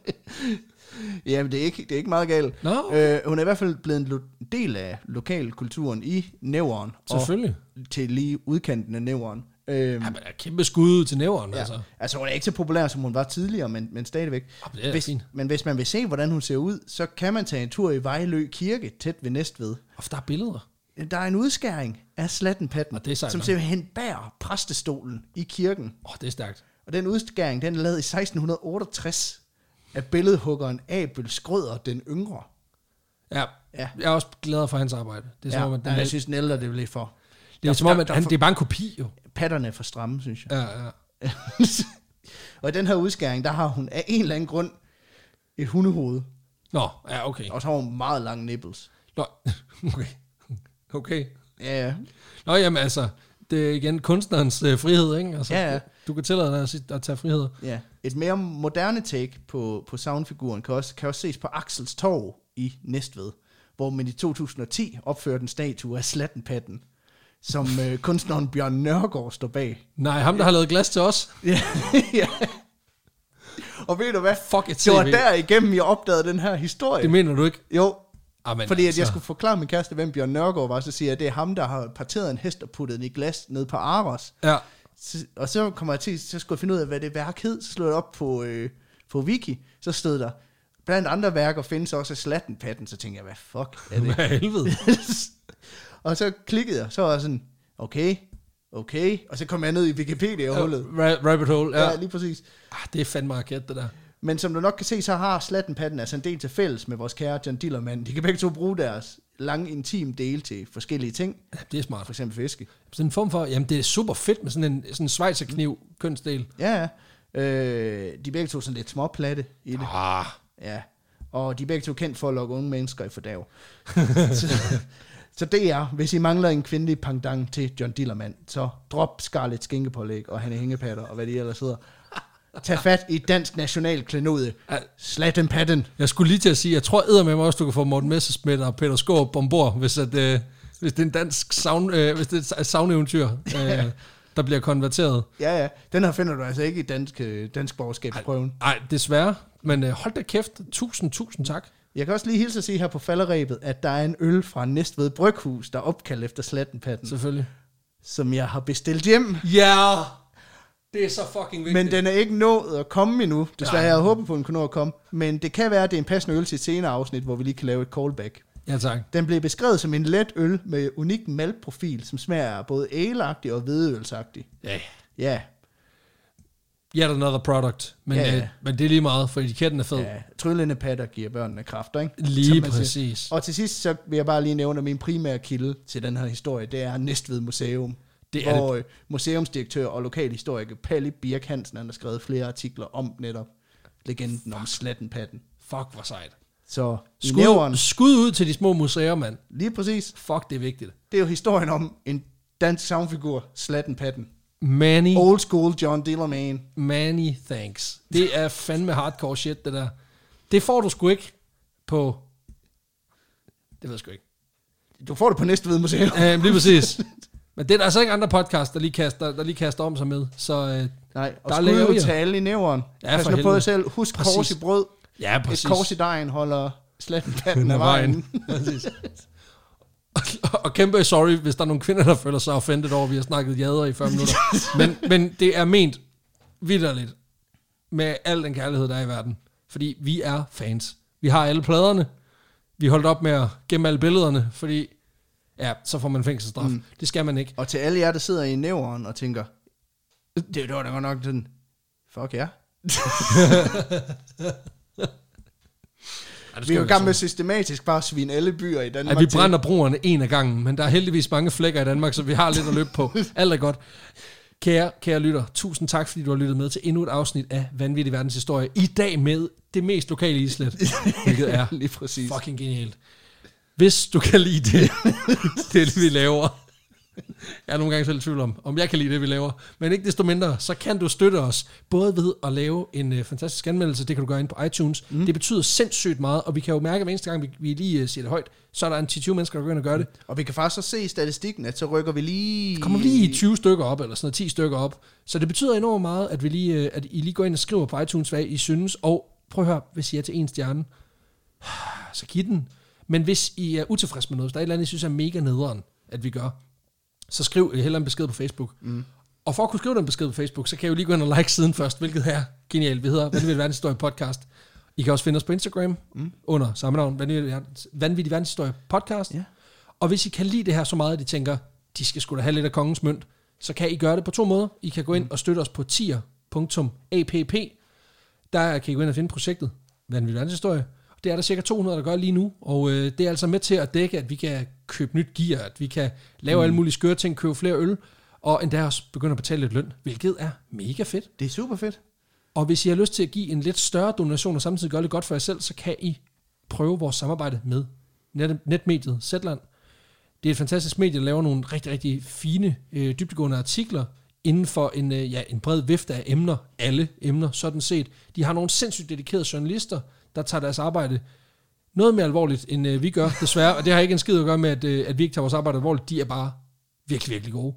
B: Ja, men det er ikke, det er ikke meget galt.
A: Nå,
B: Øh, hun er i hvert fald blevet en lo- del af lokalkulturen i Nævren. og-
A: selvfølgelig.
B: til lige udkanten af næveren. Øhm,
A: Ja, men der er kæmpe skud til næveren, ja. altså.
B: ja. Altså, hun er ikke så populær, som hun var tidligere, men, men stadigvæk.
A: Ah, men det er
B: hvis,
A: fint.
B: men hvis man vil se, hvordan hun ser ud, så kan man tage en tur i Vejlø Kirke, tæt ved Næstved.
A: Og der er billeder.
B: Der er en udskæring af Slattenpatten,
A: Og det er sejt
B: som
A: nok.
B: simpelthen bærer præstestolen i kirken.
A: Åh, oh, det er stærkt.
B: Og den udskæring, den er lavet i 1668 af billedhuggeren Abel Skrøder den yngre.
A: Ja.
B: Ja.
A: Jeg er også glad for hans arbejde. Det er som
B: Ja,
A: om, at
B: der,
A: den,
B: jeg
A: er,
B: synes, den ældre, det blev for.
A: det er, som om,
B: der-
A: at
B: der-
A: han, det er bare en kopi, jo.
B: Patterne er for stramme, synes jeg.
A: Ja, ja.
B: og i den her udskæring, der har hun af en eller anden grund et hundehoved.
A: Nå, ja, okay.
B: Og så har hun meget lange nipples.
A: Nå, okay. Okay.
B: Ja, ja.
A: Nå, jamen altså, det er igen kunstnerens øh, frihed, ikke? Altså,
B: Ja, ja.
A: Du kan tillade dig at, sige- at tage frihed.
B: ja. Et mere moderne take på, på soundfiguren kan også, kan også ses på Axels Torv i Næstved, hvor man i 2010 opførte en statue af Slattenpatten, som øh, kunstneren Bjørn Nørgaard står bag.
A: Nej, ham der har lavet glas til os.
B: Ja. ja. Og ved du hvad?
A: Fuck et
B: Det var
A: CV.
B: derigennem, jeg opdagede den her historie.
A: Det mener du ikke? Ah, altså.
B: Jo,
A: Amen,
B: Fordi at jeg skulle forklare min kæreste, hvem Bjørn Nørgaard var, så siger jeg, at det er ham, der har parteret en hest og puttet den i glas ned på Aros.
A: Ja,
B: Så- og så kommer jeg til, så skulle jeg finde ud af, hvad det værk hed. Så slog jeg op på, øh, på Wiki, så stod der, blandt andre værker findes også Slatten Patten, så tænkte jeg, hvad fuck er det?
A: hvad helvede.
B: og så klikkede jeg, så var jeg sådan, okay, okay, og så kom jeg ned i Wikipedia-hullet.
A: Ra- rabbit hole,
B: Ja.
A: ja.
B: ja, lige præcis.
A: Ah, det er fandme arket, det der.
B: Men som du nok kan se, så har Slatten Patten altså en del til fælles med vores kære John Dillermand. De kan begge to bruge deres lange, intim dele til forskellige ting,
A: Ja, det er smart.
B: for eksempel fiske.
A: Sådan en form for, jamen det er super fedt med sådan en sådan en svejserkniv kønsdel.
B: Ja, ja. Øh, de er begge to sådan lidt småplatte i det.
A: Ah,
B: Ja, og de er begge to kendt for at lokke unge mennesker i fordav. så, så det er, hvis I mangler en kvindelig pendant til John Dillermand, så drop Scarlett skinkepålæg og Hanne Hængepatter og hvad de ellers hedder. Tag fat i Dansk National Klenode. Slat den patten.
A: jeg skulle lige til at sige, jeg tror med mig også, du kan få Morten Messerschmidt og Peter Skåb ombord, hvis, at, øh, hvis det er en dansk savn, øh, hvis det er et savneventyr, øh, der bliver konverteret.
B: Ja, ja. Den her finder du altså ikke i dansk, øh, dansk borgerskabsprøven.
A: Nej, desværre. Men øh, hold da kæft. Tusind, tusind tak.
B: Jeg kan også lige hilse at sige her på falderæbet, at der er en øl fra Næstved Bryghus, der er opkaldt efter slattenpatten,
A: Selvfølgelig.
B: som jeg har bestilt hjem.
A: Ja, yeah. det er så fucking vigtigt.
B: Men den er ikke nået at komme endnu. Desværre, jeg havde håbet på, at den kunne nå at komme. Men det kan være, at det er en passende øl til et senere afsnit, hvor vi lige kan lave et callback.
A: Ja, tak.
B: Den blev beskrevet som en let øl med unik maltprofil, som smager af både æleagtig og hvedeølsagtig.
A: Ja.
B: Ja,
A: Yet another product. Men,
B: Ja,
A: yeah.
B: ja.
A: øh, men det er lige meget, for etiketten er fed. Yeah.
B: ja. tryllende patter giver børnene kræfter, ikke?
A: Lige
B: Som man siger.
A: præcis.
B: Og til sidst, så vil jeg bare lige nævne, at min primære kilde til den her historie, det er Næstved Museum.
A: Det er
B: hvor det. museumsdirektør og lokalhistoriker Palle Birk Hansen han har skrevet flere artikler om netop legenden om slattenpatten.
A: Fuck, hvor sejt.
B: Så i
A: Skud,
B: næveren,
A: skud ud til de små museer, mand.
B: lige præcis,
A: Fuck, det er vigtigt.
B: det er jo historien om en dansk savnfigur, Slattenpatten.
A: Many, oh.
B: Old school John Dillerman.
A: many thanks. Det er fandme hardcore shit, det der. Det får du sgu ikke på... Det ved jeg sgu ikke.
B: Du får det på næste ved museum.
A: Øhm, lige præcis. Men det er der altså ikke andre podcast, der lige kaster, der lige kaster om sig med. Så øh,
B: Nej, og
A: Der
B: der
A: lærer
B: skud
A: vi
B: ud
A: jer.
B: til alle i næveren.
A: Ja,
B: Ja,
A: for
B: Pas nu på
A: helvede.
B: jer selv. Husk
A: Præcis.
B: kors i brød.
A: ja,
B: Et kors i dejen holder Slattenpatten af vejen.
A: Præcis. Og- og kæmpe sorry, hvis der er nogle kvinder, der føler sig offended over, at vi har snakket jader i 40 minutter. Men, men det er ment vidderligt med al den kærlighed, der er i verden. Fordi vi er fans. Vi har alle pladerne. Vi holdt op med at gemme alle billederne, fordi ja, så får man fængselsstraf. Mm. Det skal man ikke.
B: Og til alle jer, der sidder i næveren og tænker, det, det var da godt nok den, fuck ja.
A: Ja, det
B: Vi er
A: vi
B: jo i
A: altså
B: gang med
A: så.
B: systematisk bare at svine alle byer i Danmark
A: at vi
B: til.
A: brænder broerne en af gangen, men der er heldigvis mange flækker i Danmark, så vi har lidt at løbe på. Alt er godt. Kære, kære lytter, tusind tak, fordi du har lyttet med til endnu et afsnit af Vanvittig Verdenshistorie. I dag med det mest lokale islet, hvilket er
B: Lige præcis.
A: fucking genialt. Hvis du kan lide det, det er det, vi laver. Jeg er nogle gange selv i tvivl om, om jeg kan lide det, vi laver. Men ikke desto mindre, så kan du støtte os, både ved at lave en øh, fantastisk anmeldelse, det kan du gøre ind på iTunes. Mm. Det betyder sindssygt meget, og vi kan jo mærke, at hver eneste gang, vi, vi lige øh, siger det højt, så er der en 10-20 mennesker, der begynder at gøre det.
B: Og vi kan faktisk også se i statistikken, at så rykker vi lige...
A: Kommer vi lige i 20 stykker op, eller sådan noget, 10 stykker op. Så det betyder enormt meget, at, vi lige, øh, at I lige går ind og skriver på iTunes, hvad I synes. Og prøv at høre, hvis I er til en stjerne, så giv den. Men hvis I er utilfredse med noget, hvis der er et eller andet, I synes er mega nederen, at vi gør, så skriv øh, hellere en besked på Facebook. Mm. Og for at kunne skrive den besked på Facebook, så kan jeg jo lige gå ind og like siden først, hvilket er genialt. Vi hedder Vanvittig Verdenshistorie Podcast. I kan også finde os på Instagram mm. under samme navn, Vanvittig Verdens- Vanvittig Verdenshistorie Podcast.
B: Ja.
A: Og hvis I kan lide det her så meget, at I tænker, de skal sgu da have lidt af kongens mønt, så kan I gøre det på to måder. I kan gå ind og støtte os på tier.app. Der kan I gå ind og finde projektet Vanvittig Verdenshistorie. Det er der cirka 200, der gør lige nu, og øh, det er altså med til at dække, at vi kan købe nyt gear, at vi kan lave mm. alle mulige skøre ting, købe flere øl, og endda også begynde at betale lidt løn, hvilket er mega fedt.
B: Det er super fedt.
A: Og hvis I har lyst til at give en lidt større donation, og samtidig gøre det godt for jer selv, så kan I prøve vores samarbejde med net, netmediet Zetland. Det er et fantastisk medie, der laver nogle rigtig, rigtig fine, øh, dybtegående artikler inden for en, øh, ja, en bred vifte af emner. Alle emner, sådan set. De har nogle sindssygt dedikerede journalister, der tager deres arbejde noget mere alvorligt, end øh, vi gør, desværre. Og det har ikke en skid at gøre med, at, øh, at vi ikke tager vores arbejde alvorligt. De er bare virkelig, virkelig gode.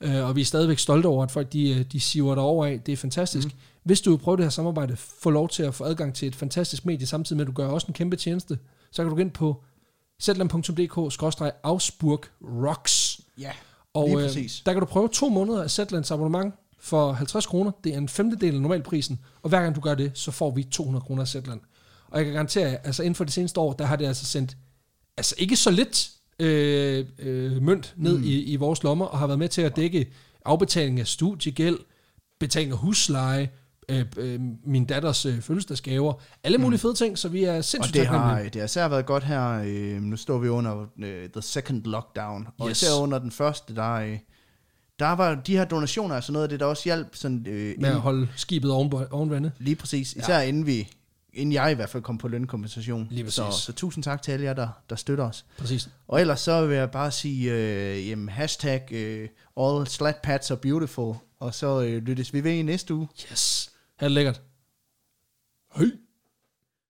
A: Øh, og vi er stadigvæk stolte over, at folk de, øh, de siver dig over af. Det er fantastisk. Mm. Hvis du vil prøve det her samarbejde, få lov til at få adgang til et fantastisk medie, samtidig med, at du gør også en kæmpe tjeneste, så kan du gå ind på Zetland.dk-afsburg rocks.
B: Ja,
A: Og
B: lige
A: øh,
B: præcis.
A: der kan du prøve to måneder af Zetlands abonnement for 50 kroner. Det er en femtedel af normalprisen. Og hver gang du gør det, så får vi 200 kroner af Zetland. Og jeg kan garantere jer, altså inden for det seneste år, der har det altså sendt, altså ikke så lidt øh, øh, mønt ned mm. i, i vores lommer, og har været med til at dække afbetaling af studiegæld, betaling af husleje, øh, øh, min datters øh, fødselsdagsgaver, alle mulige mm. fede ting, så vi er
B: Og
A: sindssygt
B: det har,
A: taknemmelige.
B: det har især været godt her. Øh, nu står vi under øh, the second lockdown. Og
A: Yes.
B: yes. især under den første, der, øh, der var de her donationer, altså noget af det, der også hjalp. Sådan, øh,
A: med at
B: inden-
A: holde skibet oven, oven vandet.
B: Lige præcis. Især ja. inden vi inden jeg i hvert fald kom på lønkompensation.
A: Lige
B: så,
A: præcis.
B: så tusind tak til alle jer, der, der støtter os.
A: Præcis.
B: Og ellers så vil jeg bare sige, øh, jamen, hashtag øh, all slat pads are beautiful, og så øh, lyttes vi ved i næste uge.
A: Yes. Ha' det lækkert. Hej.